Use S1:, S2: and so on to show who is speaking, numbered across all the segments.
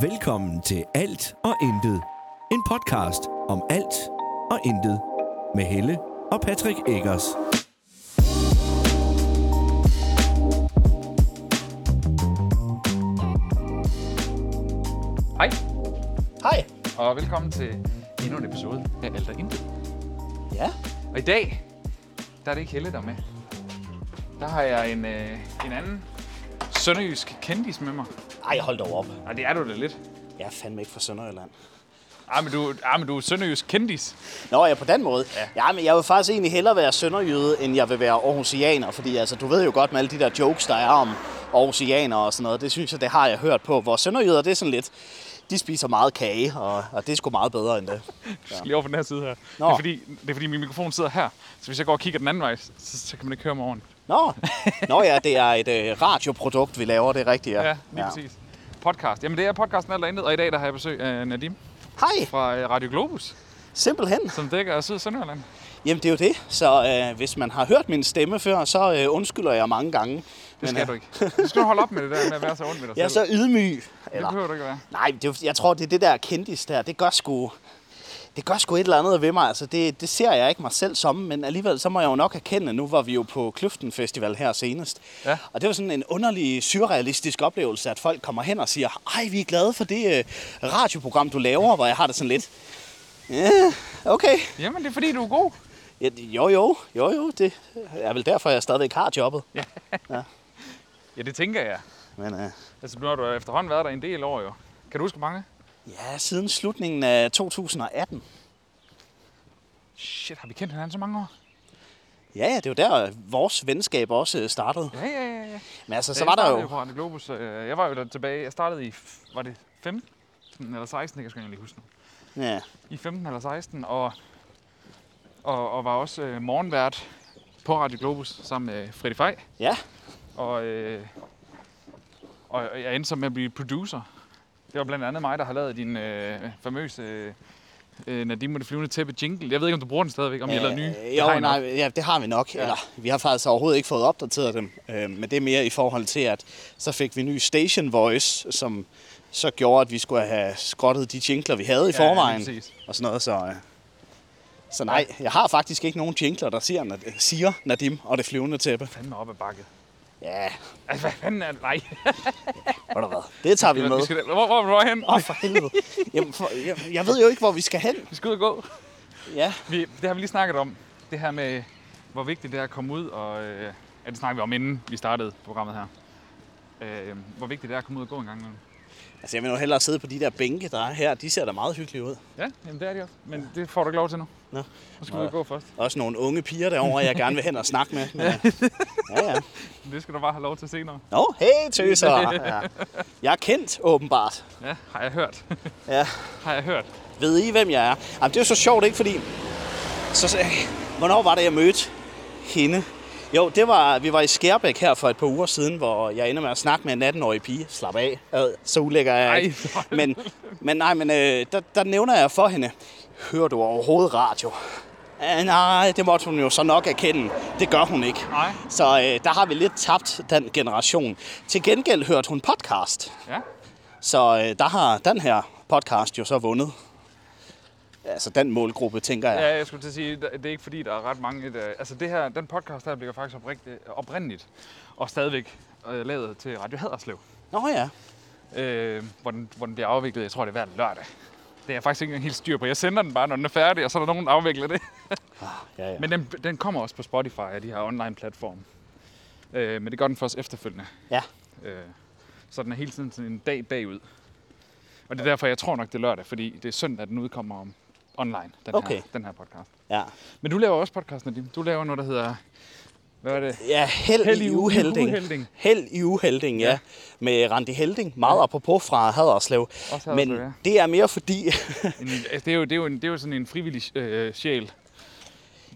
S1: Velkommen til Alt og Intet. En podcast om alt og intet. Med Helle og Patrick Eggers.
S2: Hej,
S3: Hej.
S2: og velkommen til endnu en episode af Alt og Intet.
S3: Ja.
S2: Og i dag, der er det ikke Helle, der er med. Der har jeg en, øh, en anden sønderjysk kendis med mig.
S3: Ej, hold dog op.
S2: Og det er du da lidt.
S3: Jeg er fandme ikke fra Sønderjylland.
S2: Ah, men du, ah, men du er sønderjysk kendis.
S3: Nå, ja, på den måde. Ja. ja, men jeg vil faktisk egentlig hellere være sønderjyde, end jeg vil være aarhusianer. Fordi altså, du ved jo godt med alle de der jokes, der er om aarhusianer og sådan noget. Det synes jeg, det har jeg hørt på. Hvor sønderjyder, det er sådan lidt, de spiser meget kage, og, og det er sgu meget bedre end det.
S2: Du skal lige over på den her side her.
S3: Nå.
S2: Det er, fordi, det er fordi, min mikrofon sidder her. Så hvis jeg går og kigger den anden vej, så, så kan man ikke høre mig ordentligt.
S3: Nå, Nå ja, det er et øh, radioprodukt, vi laver, det er rigtigt.
S2: Ja, lige ja. præcis. Podcast. Jamen det er podcasten Alt og Intet, og i dag der har jeg besøg af Nadim
S3: Hej,
S2: fra øh, Radio Globus,
S3: simpelthen.
S2: som dækker Syd- og Sønderjylland.
S3: Jamen, det er jo det. Så øh, hvis man har hørt min stemme før, så øh, undskylder jeg mange gange.
S2: Det skal du ikke. Du skal holde op med det der med at være så ondt ved dig
S3: Jeg er
S2: selv.
S3: så ydmyg.
S2: Det behøver du ikke at være.
S3: Nej, det, er jo- jeg tror, det er det der kendis der. Det gør sgu, det gør sgu et eller andet ved mig. Altså, det, det ser jeg ikke mig selv som, men alligevel så må jeg jo nok erkende, nu var vi jo på Kløften Festival her senest.
S2: Ja.
S3: Og det var sådan en underlig surrealistisk oplevelse, at folk kommer hen og siger, ej, vi er glade for det øh, radioprogram, du laver, hvor jeg har det sådan lidt, ja, okay.
S2: Jamen, det er fordi, du er god.
S3: Ja, Jo, jo, jo, jo, det er vel derfor, jeg stadigvæk har jobbet.
S2: Ja, det tænker jeg.
S3: Men øh,
S2: Altså, nu har du efterhånden været der en del år, jo. Kan du huske hvor mange?
S3: ja, siden slutningen af 2018,
S2: Shit, har vi kendt hinanden så mange år?
S3: ja, ja, det er jo der, vores venskab også øh, startede.
S2: Ja, ja, ja. ja.
S3: Men altså, så
S2: Jeg
S3: var der
S2: startede
S3: jo...
S2: på Radio Globus. øh, Jeg var jo der tilbage. Jeg startede i, f- var det 15 eller 16? Jeg kan sgu ikke lige huske nu.
S3: Ja.
S2: I 15 eller 16, og, og, og var også øh, morgenvært på Radio Globus sammen med øh, Freddy Fej.
S3: ja.
S2: Og, øh, og og jeg endte så med at blive producer. Det var blandt andet mig, der har lavet din øh, famøse øh, øh, Nadim med det flyvende tæppe jingle. Jeg ved ikke, om du bruger den stadigvæk, om jeg laver nye.
S3: Øh,
S2: Det har
S3: Jo,
S2: I nok.
S3: nej, ja, det har vi nok. Ja. Eller, vi har faktisk overhovedet ikke fået opdateret dem. Øh, men det er mere i forhold til, at så fik vi ny station voice, som så gjorde, at vi skulle have skrottet de jingler, vi havde i
S2: Ja, ja,
S3: forvejen.
S2: lige præcis.
S3: og sådan noget, så... Øh. Så nej, jeg har faktisk ikke nogen jingler, der siger, Nad- siger Nadim og det flyvende tæppe.
S2: fanden op ad bakke.
S3: Ja,
S2: Altså, hvad fanden er det? Nej.
S3: hvor der hvad. Det tager vi med.
S2: Vi skal, hvor, hvor, hvor er vi hen?
S3: Åh, oh, for helvede. Jamen, for, jeg, jeg ved jo ikke, hvor vi skal hen.
S2: Vi skal ud og gå.
S3: Ja,
S2: Vi, det har vi lige snakket om. Det her med, hvor vigtigt det er at komme ud og... Øh, ja, det snakkede vi om, inden vi startede programmet her. Øh, hvor vigtigt det er at komme ud og gå en gang imellem.
S3: altså jeg vil jo hellere sidde på de der bænke, der er her. De ser da meget hyggelige ud.
S2: Ja, jamen det er det også. Men det får du ikke lov til nu.
S3: Nå.
S2: Nu skal vi ud og gå først.
S3: Også nogle unge piger derovre, jeg gerne vil hen og snakke med. Men, øh, ja, ja.
S2: Det skal du bare have lov til senere.
S3: Nå, hey tøser! Ja. Jeg er kendt, åbenbart.
S2: Ja, har jeg hørt.
S3: Ja.
S2: har jeg hørt.
S3: Ved I, hvem jeg er? Jamen, det er jo så sjovt, ikke? Fordi, så, så, øh, hvornår var det, jeg mødte hende? Jo, det var, vi var i Skærbæk her for et par uger siden, hvor jeg ender med at snakke med en 18-årig pige. Slap af, Ad, så ulækker er jeg
S2: Ej,
S3: ikke.
S2: nej.
S3: Men, men nej, men øh, der, der nævner jeg for hende, hører du overhovedet radio? Ah, nej, det måtte hun jo så nok erkende. Det gør hun ikke.
S2: Nej.
S3: Så øh, der har vi lidt tabt den generation. Til gengæld hørte hun podcast.
S2: Ja.
S3: Så øh, der har den her podcast jo så vundet. Altså den målgruppe, tænker jeg.
S2: Ja, jeg skulle til at sige, der- det er ikke fordi, der er ret mange... Der, altså det her, den podcast her bliver faktisk oprigtigt, oprindeligt og stadigvæk øh, lavet til Radio Haderslev.
S3: Nå ja.
S2: øh, hvor, den, hvor den bliver afviklet, jeg tror det er hver lørdag. Det er jeg faktisk ikke engang helt styr på. Jeg sender den bare, når den er færdig, og så er der nogen, der afvikler det.
S3: ja, ja.
S2: Men den, den kommer også på Spotify og de her online platforme. Øh, men det gør den først efterfølgende.
S3: ja.
S2: Øh, så den er hele tiden sådan en dag bagud. Og det er derfor, jeg tror nok, det er lørdag, fordi det er søndag, den udkommer om online, den,
S3: Okay.
S2: her, den her podcast.
S3: Ja,
S2: Men du laver også podcast, Nadim. Du laver noget, der hedder... Hvad er det?
S3: ja held,
S2: Held i
S3: i uhelding.
S2: uhelding.
S3: Held i uhelding, ja. ja. Med Randi Helding, meget ja. apropos fra Haderslev.
S2: Haderslev,
S3: Men
S2: ja.
S3: det er mere fordi,
S2: En, altså, det, er jo, det, er jo en, det er jo sådan en frivillig øh, sjæl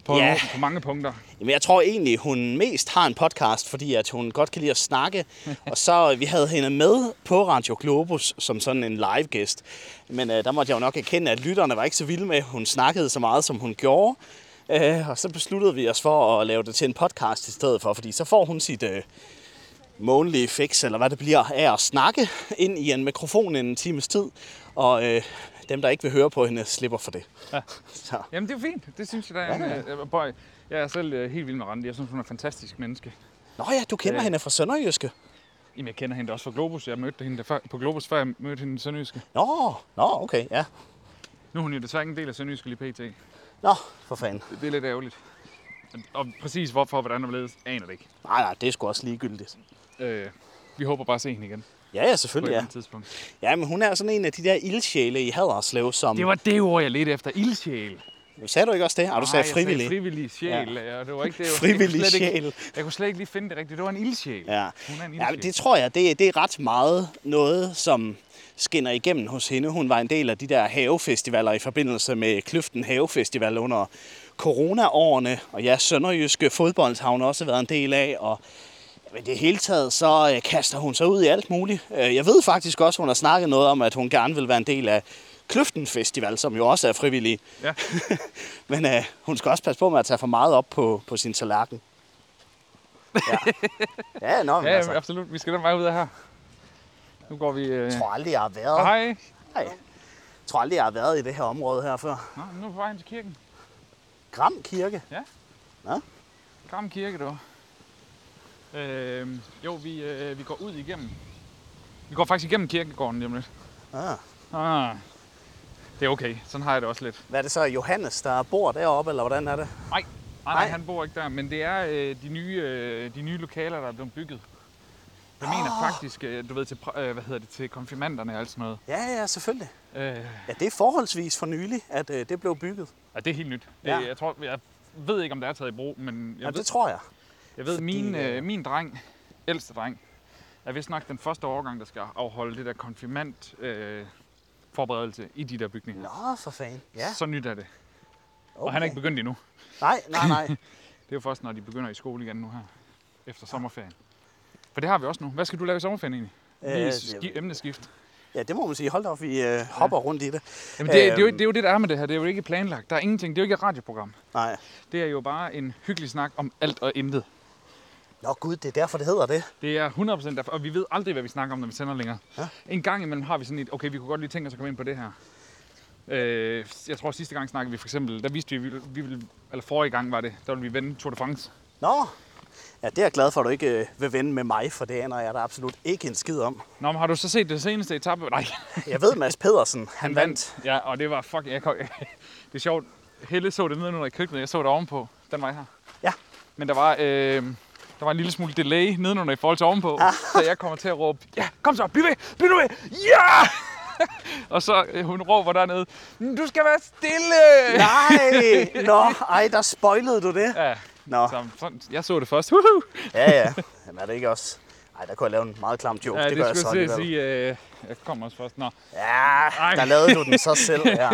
S2: på,
S3: Ja.
S2: på mange punkter.
S3: Jamen, jeg tror egentlig, hun mest har en podcast, fordi at hun godt kan lide at snakke. og så øh, vi havde hende med på Radio Globus som sådan en live gæst. Men øh, der måtte jeg jo nok erkende, at lytterne var ikke så vilde med, at hun snakkede så meget, som hun gjorde. Øh, og så besluttede vi os for at lave det til en podcast i stedet for, fordi så får hun sit, øh, månedlige fix, eller hvad det bliver, af at snakke ind i en mikrofon en times tid. Og øh, dem, der ikke vil høre på hende, slipper for det.
S2: Ja.
S3: Så,
S2: Jamen, det er jo fint. Det synes jeg, der er en, øh, øh, boy. Jeg er selv øh, helt vild med Randi. Jeg synes, hun er en fantastisk menneske.
S3: nå ja, du kender
S2: Ja.
S3: hende fra Sønderjyske.
S2: Jamen, jeg kender hende da også fra Globus. Jeg mødte hende der før, på Globus, før jeg mødte hende i Sønderjyske.
S3: Nå, nå, okay, ja.
S2: Nu er hun jo desværre ikke en del af Sønderjyske lige pt.
S3: Nå, for fanden.
S2: Det er lidt ærgerligt. Og præcis hvorfor, hvordan og hvorledes, aner det ikke.
S3: Nej, nej, det er sgu også ligegyldigt.
S2: Øh, vi håber bare at se hende igen på
S3: Ja, ja,
S2: et
S3: selvfølgelig,
S2: eller
S3: ja.
S2: andet tidspunkt.
S3: Ja, men hun er sådan en af de der ildsjæle i Haderslev, som...
S2: Det var det ord, jeg ledte efter. Ildsjæl.
S3: Sagde du ikke også det? Ah, du sagde
S2: Nej,
S3: frivillig.
S2: Jeg sagde frivillig sjæl, ja. og det var ikke det. Jeg-
S3: Frivillig
S2: jeg kunne slet
S3: sjæl.
S2: Ikke, jeg kunne slet ikke lige finde det rigtigt. Det var en ildsjæl.
S3: Ja.
S2: Hun er en
S3: ja,
S2: ildsjæl.
S3: men det tror jeg, det, det er ret meget noget, som skinner igennem hos hende. Hun var en del af de der havefestivaler i forbindelse med Kløften Havefestival under coronaårene, og ja, Sønderjyske fodbold har hun også været en del af, og i det hele taget, så øh, kaster hun sig ud i alt muligt. Øh, Jeg ved faktisk også, hun har snakket noget om, at hun gerne vil være en del af Kløften Festival, som jo også er frivillig.
S2: Ja.
S3: Men øh, hun skal også passe på med at tage for meget op på, på sin tallerken. Ja, ja, nå, men
S2: ja,
S3: altså,
S2: jamen, absolut. Vi skal den vej ud af her. Nu går vi... Øh...
S3: jeg tror aldrig, jeg har været.
S2: Hej.
S3: Nej. Jeg tror aldrig, jeg har været i det her område her før.
S2: Nå, nu er vi på vejen til kirken.
S3: Gram Kirke.
S2: Kram Kirke, det var. Øh, jo, vi, øh, vi går ud igennem. Vi går faktisk igennem kirkegården lige om lidt.
S3: Ah.
S2: Ah, det er okay. Sådan har jeg det også lidt.
S3: Hvad er det så, Johannes, der bor deroppe, eller hvordan er det?
S2: Nej, nej,
S3: Nej.
S2: nej. han bor ikke der, men det er øh, de, nye, øh, de nye lokaler, der er blevet bygget. Jeg mener
S3: Ah.
S2: faktisk, øh, du ved, til, pr- øh, hvad hedder det, til konfirmanderne og alt sådan noget.
S3: Ja, ja, selvfølgelig.
S2: Øh,
S3: Ja, det er forholdsvis for nylig, at øh, det blev bygget.
S2: ja, det er helt nyt. Det,
S3: Ja.
S2: jeg, tror, jeg ved ikke, om det er taget i brug, men jeg
S3: Ja,
S2: ved,
S3: det tror jeg.
S2: jeg ved min,
S3: øh,
S2: øh, min dreng, ældste dreng, er vist nok den første årgang, der skal afholde det der konfirmand øh, forberedelse i de der bygninger.
S3: Nå, for fanden. Ja,
S2: Så nyt er det.
S3: okay.
S2: Og han er ikke begyndt endnu.
S3: Nej, nej, nej.
S2: Det er jo først, når de begynder i skole igen nu her, efter sommerferien. For det har vi også nu. Hvad skal du lave i sommerferien egentlig? Lige
S3: Øh,
S2: ski-
S3: det-
S2: emneskift.
S3: Ja, det må man sige. Hold da op, vi øh, hopper rundt i det.
S2: Jamen, det, det, er jo,
S3: Øhm.
S2: det er jo det, der er med det her. Det er jo ikke planlagt. Der er ingenting. Det er jo ikke et radioprogram.
S3: Nej.
S2: Det er jo bare en hyggelig snak om alt og intet.
S3: Nå gud, det er derfor, det hedder det.
S2: Det er 100% derfor, og vi ved aldrig, hvad vi snakker om, når vi sender længere.
S3: Ja.
S2: En gang imellem har vi sådan et, okay, vi kunne godt lige tænke os at komme ind på det her. Øh, jeg tror, sidste gang snakkede vi for eksempel, der vidste vi, at vi, ville- vi ville, eller forrige gang var det, der ville vi vende Tour de France.
S3: Nå. Ja, det er jeg glad for, at du ikke øh, vil vende med mig, for det aner jeg da absolut ikke en skid om.
S2: Nå, men har du så set det seneste etape? Nej.
S3: Jeg ved, Mads Pedersen, han vandt.
S2: Ja, og det var fucking... Jeg kom, det er sjovt. Helle så det nedenunder i køkkenet, jeg så det ovenpå. Den vej her.
S3: Ja.
S2: Men der var, øh, der var en lille smule delay nedenunder i forhold til ovenpå.
S3: Ah.
S2: Så jeg kommer til at råbe, ja, kom så, bliv ved, bliv nu ved, ja! og så øh, hun råber dernede, "Mm, du skal være stille!
S3: Nej! Nå, ej, der spoilede du det.
S2: Ja,
S3: Nå,
S2: så, sådan, jeg så det først. Woohoo!
S3: ja, ja. Jamen, er det ikke også... Ej, der kunne jeg lave en meget klam joke.
S2: Ja, det,
S3: gør jeg
S2: skulle
S3: så
S2: jeg til at
S3: alligevel.
S2: sige. Øh, jeg kommer også først. Nå.
S3: Ja,
S2: Ej.
S3: der lavede du den så selv, ja.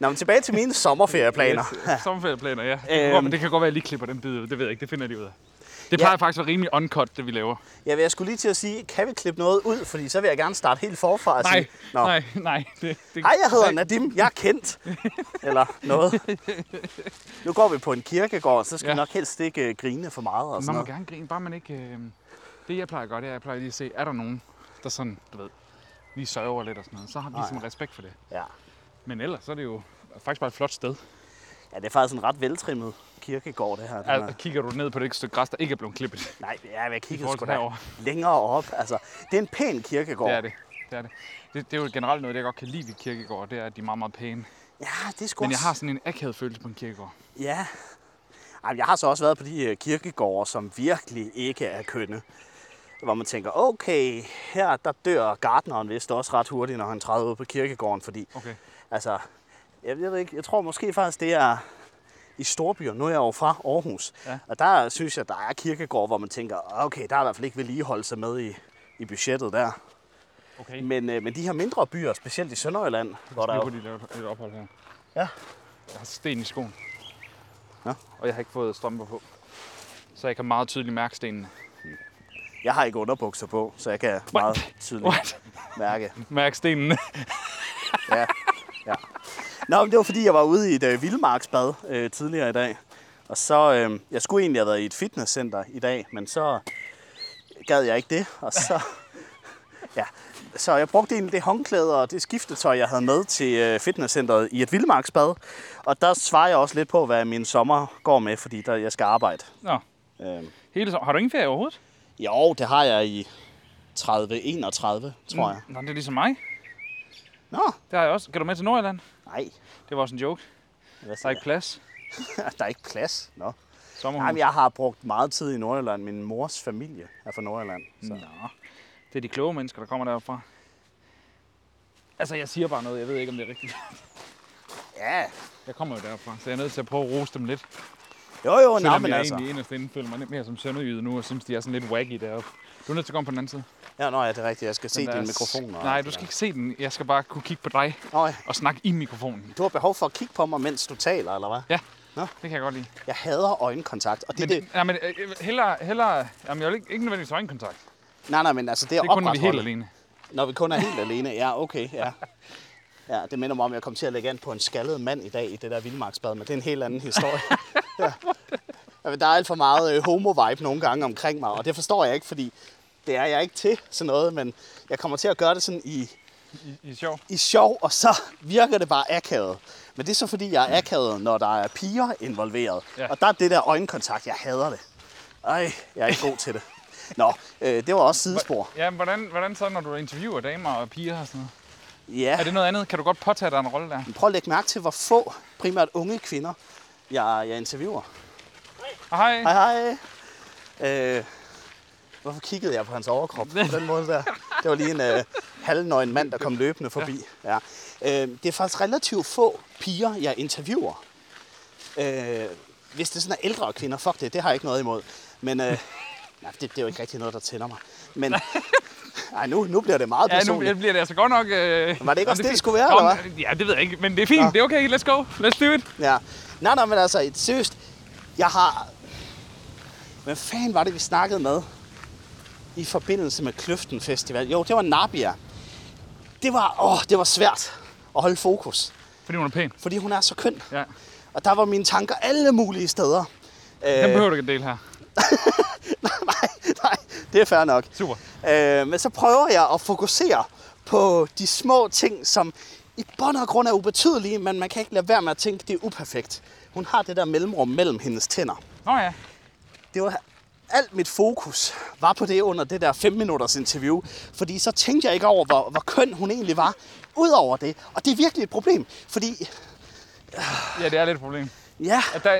S3: Nå, men tilbage til mine sommerferieplaner.
S2: Yes, øh, sommerferieplaner, ja. Det kan, godt,
S3: Øhm.
S2: men det kan godt være, at jeg lige klipper den bid ud. Det ved jeg ikke. Det finder de ud af. Det plejer faktisk at være rimelig uncut, det vi laver.
S3: Jeg, jeg skulle lige til at sige, kan vi klippe noget ud? Fordi så vil jeg gerne starte helt forfra og
S2: Nej,
S3: sige... Nå.
S2: nej, nej. Det, det,
S3: Hej, jeg hedder Nadim. Jeg er kendt. Eller noget. Nu går vi på en kirkegård, så skal ja.
S2: Ja.
S3: vi nok helst ikke øh, grine for meget og
S2: Man
S3: sådan
S2: må
S3: noget.
S2: gerne grine, bare man ikke... Øh... Det, jeg plejer at gøre, det er, at jeg plejer lige at se, er der nogen, der sådan, du ved, lige sørger lidt og sådan noget. Så har vi sådan respekt for det.
S3: Ja.
S2: Men ellers, så er det jo faktisk bare et flot sted.
S3: ja, det er faktisk en ret veltrimmet kirkegård, det her. Den er-
S2: Altså, kigger du ned på det stykke græs, der ikke er blevet klippet.
S3: Nej, ja, jeg kiggede
S2: forhold
S3: sgu
S2: til
S3: da
S2: herovre.
S3: længere op. Altså, det er en pæn kirkegård.
S2: Det er det. Det er det. Det, det er jo generelt noget, jeg godt kan lide ved kirkegård, det er, at de er meget, meget pæne.
S3: Ja, det er sgu
S2: Men jeg
S3: også-
S2: har sådan en akavet følelse på en kirkegård.
S3: Ja. Ej, men jeg har så også været på de øh, kirkegårde, som virkelig ikke er kønne. Hvor man tænker, okay, her der dør gardneren vist også ret hurtigt, når han træder ud på kirkegården. Fordi,
S2: Okay.
S3: altså, jeg, jeg ved ikke, jeg tror måske faktisk, det er i storbyer. Nu er jeg jo fra Aarhus.
S2: Ja.
S3: Og der synes jeg, der er kirkegård, hvor man tænker, okay, der er i hvert fald ikke vedligeholdelse med i, i budgettet der.
S2: Okay.
S3: Men, øh, men de her mindre byer, specielt i Sønderjylland, hvor der
S2: Nu
S3: jo...
S2: kunne de lave et- et ophold her.
S3: Ja.
S2: Jeg har sten i skoen.
S3: Nå.
S2: Og jeg har ikke fået strømper på. Så jeg kan meget tydeligt mærke stenene.
S3: Jeg har ikke underbukser på, så jeg kan meget tydeligt
S2: What?
S3: mærke.
S2: Mærke stenene.
S3: Ja. ja. Nå, men det var fordi, jeg var ude i et øh, vildmarksbad øh, tidligere i dag. Og så, øh, jeg skulle egentlig have været i et fitnesscenter i dag, men så gad jeg ikke det. Og så, ja. så jeg brugte egentlig det håndklæde og det skiftetøj, jeg havde med til øh, fitnesscenteret i et vildmarksbad. Og der svarer jeg også lidt på, hvad min sommer går med, fordi der, jeg skal arbejde.
S2: Nå,
S3: Øhm,
S2: hele så... Har du ingen ferie overhovedet?
S3: jo, det har jeg i 30-31, tror jeg.
S2: Nå, det er ligesom mig.
S3: Nå,
S2: Det har jeg også. Kan du med til Nordjylland?
S3: nej.
S2: Det var også en joke.
S3: Hvad
S2: Der er
S3: siger
S2: ikke plads.
S3: jeg? der er ikke plads. Nå.
S2: Sommerhus.
S3: Jamen, jeg har brugt meget tid i Nordjylland. Min mors familie er fra Nordjylland. Så.
S2: Nå, det er de kloge mennesker, der kommer deroppe fra. Altså, jeg siger bare noget. Jeg ved ikke, om det er rigtigt.
S3: Ja,
S2: Jeg kommer jo derfra, så jeg er nødt til at prøve at rose dem lidt.
S3: jo jo, nå,
S2: Selvom
S3: men
S2: jeg
S3: altså.
S2: egentlig inderst inde føler mig lidt mere som sønderjyde nu, og synes, de er sådan lidt wacky deroppe. Du er nødt til at komme på den anden side.
S3: Ja, nå, ja, det er rigtigt. Jeg skal se
S2: Den
S3: din
S2: der-
S3: mikrofon. og
S2: Nej,
S3: alt
S2: du
S3: det
S2: skal
S3: der.
S2: ikke se den. Jeg skal bare kunne kigge på dig
S3: Nå, ja.
S2: og snakke i mikrofonen.
S3: Du har behov for at kigge på mig, mens du taler, eller hvad?
S2: Ja,
S3: Nå.
S2: det kan jeg godt lide.
S3: Jeg hader øjenkontakt, og
S2: Men,
S3: det, det,
S2: nej, men øh, hellere, hellere... Jamen, jeg vil ikke, ikke nødvendigvis øjenkontakt. Det
S3: nej, nej, men altså, det er,
S2: er kun, når vi er helt
S3: opretholdt.
S2: alene.
S3: Når vi kun er helt alene. Ja, okay, ja. Ja, det minder mig om, at jeg kom til at lægge an på en skaldet mand i dag i det der vildmarksbad, men det er en helt anden historie. Ja. Jamen, Der er alt for meget øh, homo-vibe nogle gange omkring mig, og det forstår jeg ikke, fordi det er jeg ikke til sådan noget, men jeg kommer til at gøre det sådan i,
S2: I, I er sjov.
S3: i sjov, og så virker det bare akavet. Men det er så fordi, jeg er akavet, når der er piger involveret. Ja.
S2: Ja.
S3: Og der er det der øjenkontakt, jeg hader det. Ej, jeg er ikke god til det. Nå, øh, det var også sidespor.
S2: Ja, men hvordan, hvordan så, når du interviewer damer og piger og sådan noget?
S3: Ja,
S2: Er det noget andet? Kan du godt påtage dig en rolle der?
S3: prøv at lægge mærke til, hvor få, primært unge kvinder, jeg, jeg interviewer.
S2: Ah, hej.
S3: Hej, hej. Øh, hvorfor kiggede jeg på hans overkrop på den måde der? Det var lige en øh, halvnøgen mand, der kom løbende forbi. Ja. Øh, det er faktisk relativt få piger, jeg interviewer. Øh, hvis det sådan er ældre kvinder, fuck det, det har jeg ikke noget imod. Men øh, nej, det, det er jo ikke rigtig noget, der tænder mig. Men ej, nu, nu bliver det meget
S2: Ja, nu
S3: personligt.
S2: bliver det altså godt nok... Øh,
S3: Var det ikke
S2: Nå,
S3: også det,
S2: fint.
S3: det skulle være, eller
S2: Nå, øh, Ja, det ved jeg ikke, men det er fint. Det er okay. Let's go. Let's do it.
S3: Ja. Nej, nej, men altså, et- seriøst, jeg har... Hvad fanden var det, vi snakkede med i forbindelse med Kløften Festival? Jo, det var Nabia. Det var, åh, det var svært at holde fokus,
S2: Fordi hun er pæn.
S3: fordi hun er så køn.
S2: Ja.
S3: Og der var mine tanker alle mulige steder.
S2: Den
S3: Øh.
S2: behøver du ikke at dele her.
S3: nej, nej, det er fair nok.
S2: Super.
S3: Øh, men så prøver jeg at fokusere på de små ting, som i bund og grund er ubetydelige, men man kan ikke lade være med at tænke, det er uperfekt. Hun har det der mellemrum mellem hendes tænder.
S2: Nå ja.
S3: det var alt mit fokus var på det under det der 5 minutters interview, fordi så tænkte jeg ikke over, hvor, hvor køn hun egentlig var, udover det. Og det er virkelig et problem, fordi
S2: Ja, det er lidt et problem.
S3: ja,
S2: At der,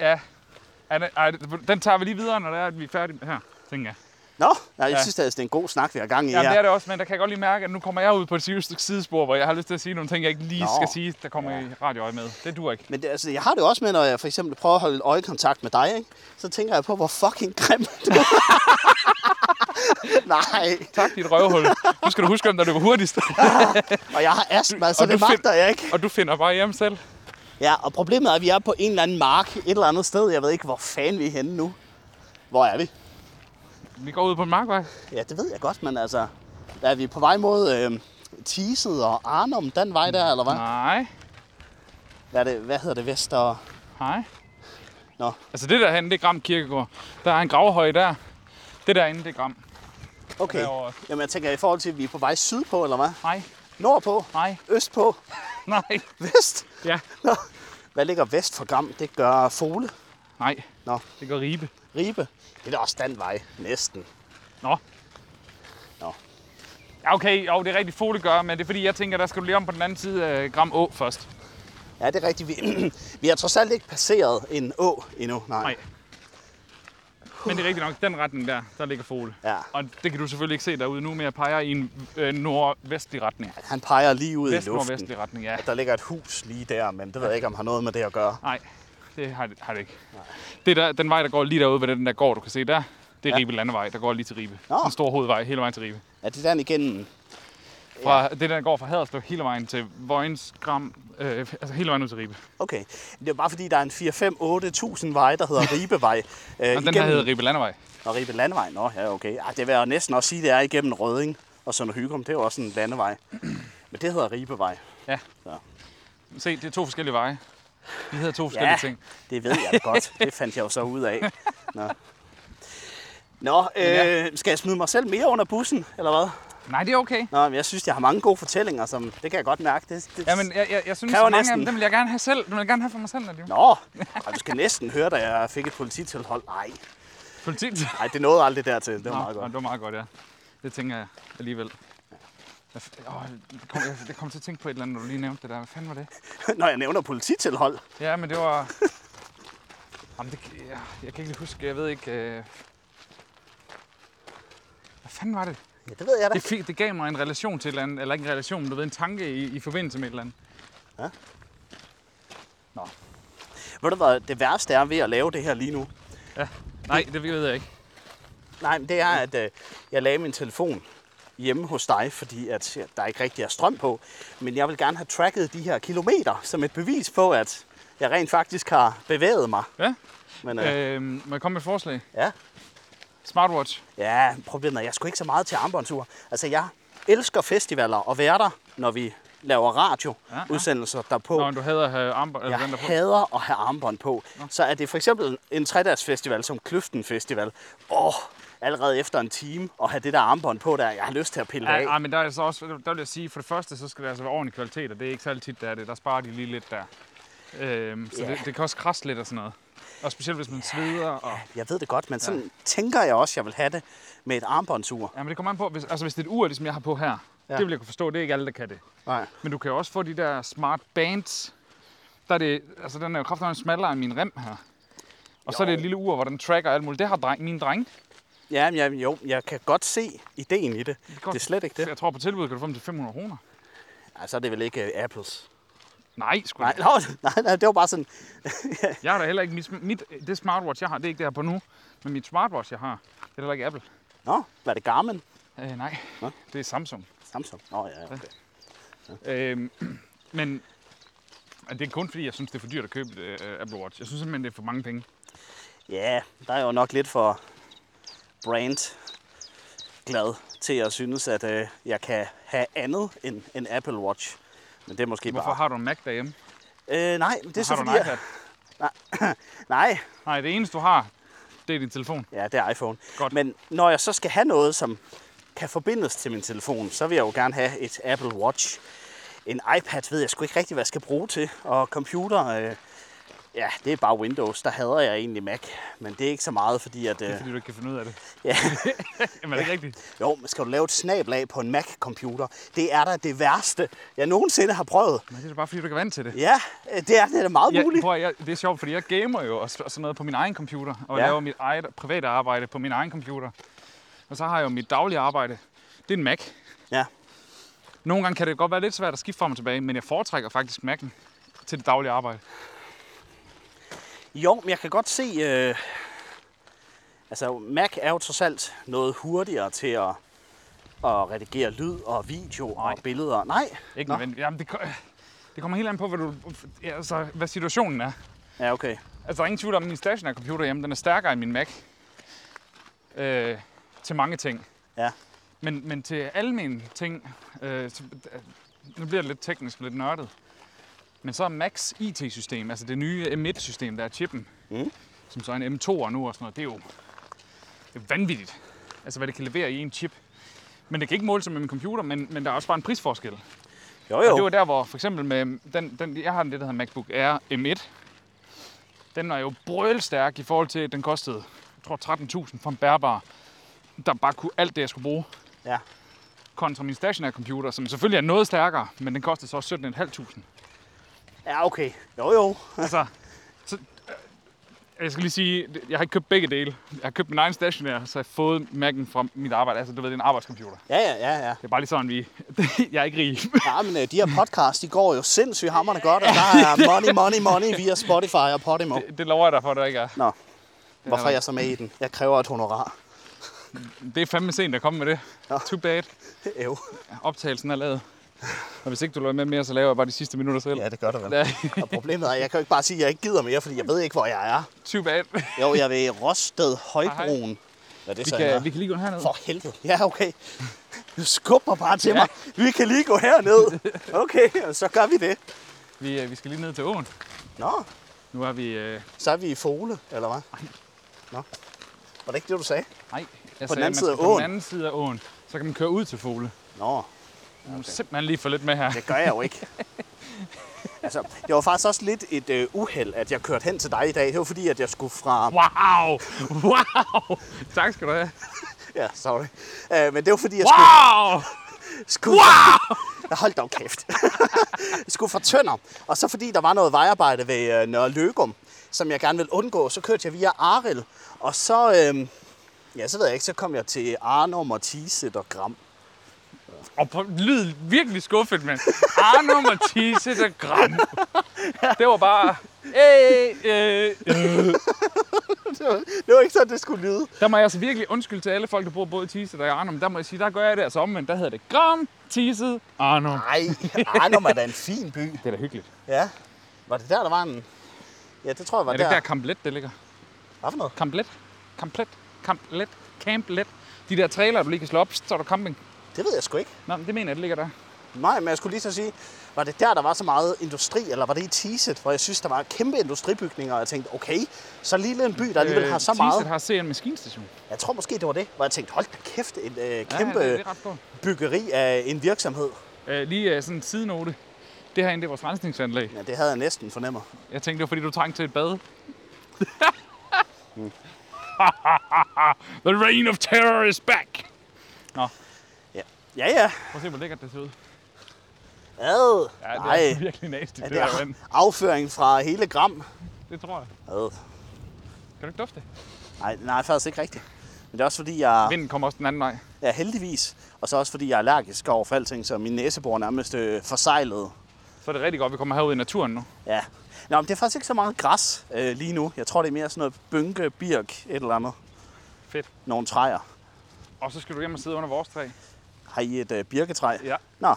S2: ja. Er det, ej, den tager vi lige videre, når det er, at vi er færdige med her, tænker jeg.
S3: nå, nej, jeg
S2: Ja.
S3: synes, det er en god snak, vi har gang i
S2: Jamen, ja. det er
S3: her.
S2: det også, men der kan jeg godt lige mærke, at nu kommer jeg ud på et seriøst sidespor, hvor jeg har lyst til at sige nogle ting, jeg ikke lige
S3: Nå.
S2: Nå. skal sige, der kommer i radioøje med. Det duer ikke.
S3: Men det, altså, jeg har det også med, når jeg for eksempel prøver at holde øjekontakt med dig, ikke? så tænker jeg på, hvor fucking grim du er. Nej,
S2: Tak, dit røvhul. Nu skal du huske, om der løber hurtigst.
S3: og jeg har astma, så
S2: Og
S3: det
S2: du find-
S3: magter jeg ikke.
S2: Og du finder bare hjem selv.
S3: Ja, og problemet er, at vi er på en eller anden mark, et eller andet sted. Jeg ved ikke, hvor fanden vi er henne nu. Hvor er vi?
S2: Vi går ud på en markvej.
S3: Ja, det ved jeg godt, men altså, er vi på vej mod øh, Tiset og Arnum, den vej der, eller hvad?
S2: Nej.
S3: Hvad, er det, hvad hedder det, Vester...
S2: Hej.
S3: Nå,
S2: Altså det derhen, det er Gram Kirkegård. Der er en gravhøj der. Det derinde, det er Gram.
S3: okay.
S2: Derovre.
S3: Jamen, jeg tænker i forhold til, at vi er på vej sydpå, eller hvad?
S2: Nej,
S3: Nordpå?
S2: nej,
S3: Østpå?
S2: nej.
S3: Vest?
S2: Ja,
S3: Nå. Hvad ligger vest for Gram? Det gør Fole.
S2: nej.
S3: Nå,
S2: Det går ribe.
S3: Ribe. Det er da også standvej, næsten.
S2: Nå.
S3: Nå.
S2: Ja, okay, jo, det er rigtig fole gør, men det er fordi, jeg tænker, der skal du lige om på den anden side af Gram Å først.
S3: Ja, det er rigtigt. Vi, vi har trods alt ikke passeret en å endnu. Nej.
S2: Nej. Men det er rigtigt nok, den retning der, der ligger fole.
S3: Ja.
S2: Og det kan du selvfølgelig ikke se derude nu, men jeg peger i en øh, nordvestlig retning.
S3: Han peger lige ud i luften.
S2: Vest-nordvestlig retning, ja.
S3: Der ligger et hus lige der, men det ved jeg ikke, om har noget med det at gøre.
S2: Nej, det har det, har det ikke. Nej. Det er der, den vej, der går lige derude ved den der gård, du kan se der, det er
S3: Ja.
S2: ja. Ribe Landevej, der går lige til Ribe.
S3: Nå.
S2: En stor hovedvej hele vejen til Ribe.
S3: Er det den igennem?
S2: Fra ja. det, der går fra Haderslev hele vejen til Vojens, Gram, øh, altså hele vejen ud til Ribe.
S3: Okay. Det er bare fordi, der er en 4 5 8000 veje, der hedder Ribevej. Øh,
S2: Og den her hedder Ribe Landevej.
S3: Og Ribe Landevej. Nå, ja, okay. Ej, det vil jeg næsten også sige, det er igennem Rødding og Sønder Hygum. Det er jo også en landevej. Men det hedder Ribevej.
S2: Ja.
S3: Så.
S2: Se, det er to forskellige veje. De hedder to forskellige ting.
S3: det ved jeg da godt. Det fandt jeg jo så ud af. Nå. Nå, øh,
S2: ja.
S3: skal jeg smide mig selv mere under bussen, eller hvad?
S2: Nej, det er okay.
S3: Nå, men jeg synes, jeg har mange gode fortællinger, som det kan jeg godt mærke. Det, det,
S2: Jamen, jeg, jeg, jeg synes,
S3: Kræver
S2: at mange af
S3: næsten.
S2: dem, dem vil jeg gerne have selv. Du vil jeg gerne have for mig selv, Nadim.
S3: Nå, Ej, du skal næsten høre, da jeg fik et polititilhold. Nej,
S2: Politiet.
S3: nej, det nåede aldrig dertil. Det var meget
S2: Nå,
S3: godt.
S2: det var meget godt, ja. Det tænker jeg alligevel. Hvad f- Åh, jeg kom, jeg, jeg kom til at tænke på et eller andet, når du lige nævnte det der. Hvad fanden var det?
S3: Når jeg nævner polititilhold,
S2: Ja, men det var... Jamen, det, kan- jeg, jeg kan ikke lige huske, jeg ved ikke... Øh... Hvad fanden var det?
S3: ja, det ved jeg da.
S2: Det, fik, det gav mig en relation til et eller andet, eller ikke en relation, men du ved, en tanke i, i forbindelse med et eller andet.
S3: Ved du hvad, det værste er ved at lave det her lige nu?
S2: Nej, det ved jeg ikke.
S3: Nej, men det er, at øh, jeg lagde min telefon hjemme hos dig, fordi at ja, der ikke rigtig er strøm på. Men jeg vil gerne have tracket de her kilometer som et bevis på, at jeg rent faktisk har bevæget mig.
S2: Ja?
S3: Men øh,
S2: Øh, må jeg komme med et forslag?
S3: ja,
S2: Smartwatch.
S3: ja, problemet er, jeg skulle ikke så meget til armbåndsur. Altså, jeg elsker festivaler og være der, når vi laver radioudsendelser derpå.
S2: Nå, men du hader at have armbånd. eller den
S3: Oh. jeg
S2: der på.
S3: hader at have armbånd på. Så er det for eksempel en tredagsfestival som Kløften Festival. Åh, allerede efter en time at have det der armbånd på, der jeg har lyst til at pille det
S2: Ja,
S3: af.
S2: ja, men der, er altså også, der vil jeg sige, for det første, så skal det altså være ordentlig kvalitet, og det er ikke særlig tit, der er det. Der sparer de lige lidt der. Øhm, så
S3: Ja.
S2: det, det, kan også krasse lidt og sådan noget. Og specielt hvis man sveder. Og,
S3: Jeg ved det godt, men sådan tænker jeg også, jeg vil have det med et armbåndsur.
S2: ja, men det kommer an på, hvis, altså hvis det er et ur, ligesom jeg har på her,
S3: Ja.
S2: ja. det vil jeg kunne forstå, det er ikke alle, der kan det.
S3: Nej.
S2: Men du kan jo også få de der smart bands. Der er det, altså den er jo kraftigt smallere end min rem her. Og så er det et lille ur, hvor den tracker alt muligt. Det har dreng, min dreng.
S3: Ja, men jeg, jo, jeg kan godt se ideen i det. Det er,
S2: godt-
S3: det er slet ikke det.
S2: Jeg tror på tilbud kan du få dem til 500 kroner.
S3: Ej, så er det vel ikke uh, apples.
S2: Nej, sgu
S3: Nej,
S2: da.
S3: no, nej, nej, det var bare sådan...
S2: Jeg har da heller ikke mit, mit, det smartwatch, jeg har, det er ikke det her på nu. Men mit smartwatch, jeg har, det er heller ikke Apple.
S3: Nå, var det Garmin?
S2: Øh, nej,
S3: Nå.
S2: det er Samsung.
S3: Samsung? Nå, ja, okay.
S2: Øh, men og det er kun fordi, jeg synes, det er for dyrt at købe et øh, Apple Watch. Jeg synes simpelthen, det er for mange penge.
S3: Ja, der er jo nok lidt for brand glad til at synes, at øh, jeg kan have andet end en Apple Watch. Men det er måske
S2: Hvorfor
S3: bare...
S2: har du en Mac derhjemme?
S3: Øh, nej, men det er så
S2: har du
S3: fordi...
S2: en
S3: Jeg...
S2: iPad?
S3: Nej,
S2: Nej, det eneste, du har, det er din telefon.
S3: Ja, det er iPhone.
S2: Godt.
S3: Men når jeg så skal have noget, som kan forbindes til min telefon, så vil jeg jo gerne have et Apple Watch. En iPad ved jeg sgu ikke rigtig, hvad jeg skal bruge til. Og computer, øh, ja, det er bare Windows. Der hader jeg egentlig Mac. Men det er ikke så meget, fordi at... Øh,
S2: Fordi du ikke kan finde ud af det.
S3: ja.
S2: Jamen, er det ikke rigtigt?
S3: Jo, men skal du lave et snablag på en Mac-computer? Det er da det værste, jeg nogensinde har prøvet.
S2: Men det er da bare, fordi du ikke er vant til det.
S3: Ja, øh, det er det er da meget
S2: Ja,
S3: muligt.
S2: prøv, at- jeg, det er sjovt, fordi jeg gamer jo og s- og sådan noget på min egen computer, og
S3: Ja.
S2: ja. laver mit eget private arbejde på min egen computer. Og så har jeg jo mit daglige arbejde. Det er en Mac.
S3: Ja.
S2: Nogle gange kan det godt være lidt svært at skifte frem og tilbage, men jeg foretrækker faktisk Mac'en til det daglige arbejde.
S3: Jo, men jeg kan godt se... Øh, altså, Mac er jo trods alt noget hurtigere til at, at redigere lyd og video og billeder. Nej.
S2: Ikke
S3: Nå.
S2: nødvendigt. Jamen, det, ko- det kommer helt an på, hvad, du, ja, altså, hvad situationen er.
S3: Ja, okay.
S2: Altså, der er ingen tvivl om, at min stationære computer hjemme, den er stærkere end min Mac. Øh, til mange ting.
S3: Ja.
S2: Men, men til almen ting, øh, så, øh, nu bliver det lidt teknisk, lidt nørdet. Men så er Macs IT-system, altså det nye M1-system, der er chippen,
S3: Mm.
S2: som så er en M2'er nu og sådan noget, det er jo det er vanvittigt, altså hvad det kan levere i en chip. Men det kan ikke måle sig med min computer, men, men der er også bare en prisforskel.
S3: Jo,
S2: Og
S3: jo.
S2: det var der, hvor for eksempel med den, den jeg har den, det, der hedder MacBook Air M1. Den var jo brølstærk i forhold til, at den kostede, jeg tror 13.000 for en bærbar, der bare kunne alt det, jeg skulle bruge.
S3: Ja.
S2: Kontra min stationære computer, som selvfølgelig er noget stærkere, men den kostede så også 17.500.
S3: ja, okay. Jo, jo.
S2: Altså, så, øh, jeg skal lige sige, jeg har ikke købt begge dele. Jeg har købt min egen stationære, så jeg har fået Mac'en fra mit arbejde. Altså, du ved, det er en arbejdscomputer.
S3: Ja, ja, ja, ja.
S2: Det er bare lige sådan, vi... jeg er ikke rig.
S3: Ja, men øh, de her podcasts, de går jo sindssygt hammerne godt, og der er money, money, money via Spotify og Podimo.
S2: det lover jeg dig for, at der ikke er.
S3: Nå, hvorfor er jeg så med i den? Jeg kræver et honorar.
S2: Det er fandme sent at komme med det. Too bad.
S3: Ev.
S2: Optagelsen er lavet. Og hvis ikke du lader med mere, så laver jeg bare de sidste minutter selv.
S3: Ja, det gør det vel.
S2: Ja.
S3: Og problemet er, jeg kan jo ikke bare sige, at jeg ikke gider mere, fordi jeg ved ikke, hvor jeg er.
S2: Too bad.
S3: Jo, jeg er ved Rosted Højbroen. Hvad det
S2: Vi
S3: så er.
S2: kan, vi kan lige gå herned.
S3: For helvede. Ja, okay. Du skubber bare til mig. Vi kan lige gå herned. Okay, og så gør vi det.
S2: Vi, øh, vi skal lige ned til åen.
S3: Nå,
S2: Nu er vi... Øh,
S3: så er vi i Fole, eller hvad? Var det ikke det, du sagde?
S2: Nej, jeg
S3: På den
S2: sagde, man
S3: anden side
S2: skal
S3: af
S2: på
S3: åen.
S2: den anden side af åen. Så kan man køre ud til fugle.
S3: Nå,
S2: Nu okay. simpelthen lige for lidt med her.
S3: det gør jeg jo ikke. altså, det var faktisk også lidt et øh, uheld, at jeg kørte hen til dig i dag. Det var fordi, at jeg skulle fra...
S2: Wow! Wow! Tak skal du have.
S3: Ja, sorry. Øh, men det var fordi, jeg skulle...
S2: Wow!
S3: skulle wow! Hold dog kæft. jeg skulle fra Tønder. Og så fordi der var noget vejarbejde ved øh, Nørre Løgum, som jeg gerne ville undgå, så kørte jeg via Arel. Og så... Øh, ja, så ved jeg ikke, så kom jeg til Arnum og Tiset og Gram.
S2: Og på, lyd virkelig skuffet, mand. Arno Mathise, der gram. Det var bare... Hey, øh, øh.
S3: Det var, det var ikke sådan, det skulle lyde.
S2: Der må jeg altså virkelig undskylde til alle folk, der bor både i Tise og i Arnum. Der må jeg sige, der gør jeg det altså omvendt. Der hedder det Gram, Tise, Arnum.
S3: Nej, Arnum er da en fin by.
S2: Det er da hyggeligt.
S3: Ja. Var det der, der var en... Ja, det tror jeg var
S2: Er det
S3: der.
S2: ikke der Kamplet, det ligger?
S3: Hvad for noget?
S2: Kamplet? Kamplet? Kamplet? Kamplet? De der trailer, du lige kan slå op, så er der camping.
S3: Det ved jeg sgu ikke.
S2: Nå, men det mener jeg, det ligger der.
S3: Nej, men jeg skulle lige så sige, var det der, der var så meget industri, eller var det i Tiset? For jeg synes, der var kæmpe industribygninger, og jeg tænkte, okay, så lille en by,
S2: Øh,
S3: der alligevel har så meget.
S2: har set en maskinstation.
S3: Jeg tror måske, det var det, hvor jeg tænkte, hold da kæft, en øh,
S2: Ja, det er
S3: kæmpe
S2: ret godt.
S3: byggeri af en virksomhed.
S2: Øh, lige øh, sådan en sidenote. Det herinde, det er vores rensningsanlæg.
S3: Ja, det havde jeg næsten fornemmer.
S2: Jeg tænkte, det var fordi, du trængte til et bad. The reign of terror is back!
S3: Ja, ja. ja.
S2: Prøv at se, hvor lækkert det ser ud.
S3: Ad.
S2: Ja, det
S3: Nej.
S2: er altså virkelig nasty,
S3: Er
S2: det,
S3: det
S2: det der vand.
S3: af- afføring fra hele Gram?
S2: Det tror jeg.
S3: Ad.
S2: Kan du ikke dufte det?
S3: Nej, nej, faktisk ikke rigtigt. Men det er også fordi, jeg...
S2: Vinden kommer også den anden vej.
S3: Ja, heldigvis. Og så også fordi jeg er allergisk over for alting, så min næsebor er nærmest øh, forsejlet.
S2: Så er det rigtig godt, at vi kommer herud i naturen nu.
S3: Ja. Nå, men det er faktisk ikke så meget græs øh, lige nu. Jeg tror, det er mere sådan noget bynke, birk, et eller andet.
S2: Fedt.
S3: Nogle træer.
S2: Og så skal du hjem og sidde under vores træ.
S3: Har I et øh, birketræ?
S2: Ja.
S3: Nå,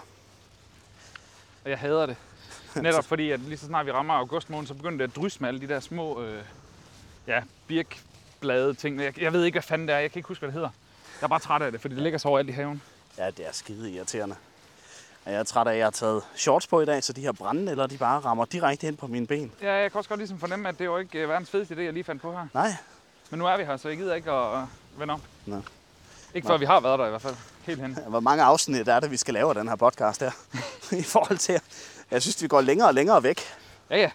S2: Og jeg hader det. Netop fordi, at lige så snart vi rammer august måned, så begynder det at drysse med alle de der små øh, ja, birkblade ting. Jeg, jeg ved ikke, hvad fanden det er. Jeg kan ikke huske, hvad det hedder. Jeg er bare træt af det, fordi det ligger så overalt i haven.
S3: ja, det er skide irriterende. Og Jeg er træt af, at jeg har taget shorts på i dag, så de her brænde, eller de bare rammer direkte ind på mine ben.
S2: Ja, jeg kan også godt ligesom fornemme, at det var ikke øh, verdens fedeste idé, jeg lige fandt på her.
S3: Nej,
S2: Men nu er vi her, så jeg gider ikke at øh, vende om.
S3: Nå.
S2: Ikke før vi har været der i hvert fald. Helt hen.
S3: hvor mange afsnit er det, vi skal lave af den her podcast her? I forhold til, jeg synes, vi går længere og længere væk.
S2: Ja, ja.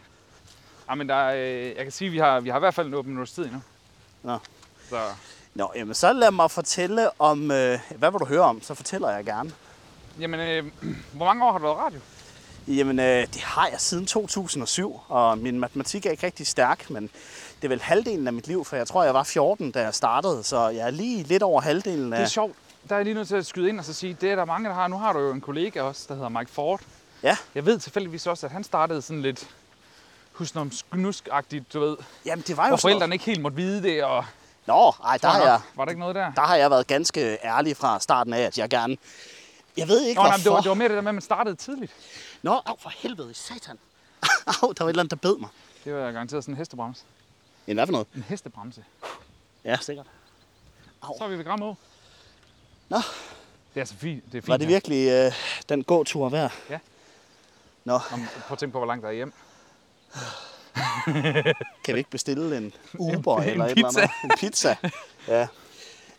S2: Ej, men der er, øh, jeg kan sige, at vi har, vi har i hvert fald en åben universitet endnu.
S3: Nå.
S2: Så
S3: Nå, jamen så lad mig fortælle om, øh, hvad vil du høre om, så fortæller jeg gerne.
S2: Jamen, øh, hvor mange år har du været radio?
S3: Jamen, øh, det har jeg siden 2007, og min matematik er ikke rigtig stærk, men det er vel halvdelen af mit liv, for jeg tror, jeg var 14, da jeg startede, så jeg er lige lidt over halvdelen
S2: Det er
S3: af...
S2: sjovt. Der er jeg lige nødt til at skyde ind og så sige, det er der mange, der har. Nu har du jo en kollega også, der hedder Mike Ford.
S3: Ja,
S2: Jeg ved tilfældigvis også, at han startede sådan lidt husnomsknusk-agtigt, du ved.
S3: jamen det var
S2: Hvor
S3: jo sådan noget-
S2: forældrene ikke helt måtte vide det, og
S3: Nå, ej, der har, jeg,
S2: var der ikke noget der?
S3: der har jeg været ganske ærlig fra starten af, at jeg gerne... Jeg ved ikke,
S2: Nå, nej, men
S3: hvorfor...
S2: det, var, det var mere det der med, at man startede tidligt.
S3: Nå, au, for helvede, satan. au, der var et eller andet, der bed mig.
S2: Det var garanteret sådan en hestebremse.
S3: En hvad for noget?
S2: En hestebremse.
S3: Ja, sikkert.
S2: Så er vi ved Gramå.
S3: Nå.
S2: Det er så fint. Det er fint
S3: Var det
S2: her.
S3: virkelig øh, den gåtur værd?
S2: Ja.
S3: Nå,
S2: Nå, men Prøv at tænke på, hvor langt der er hjem.
S3: kan vi ikke bestille en Uber
S2: en
S3: eller et
S2: pizza.
S3: eller andet? En pizza. Ja.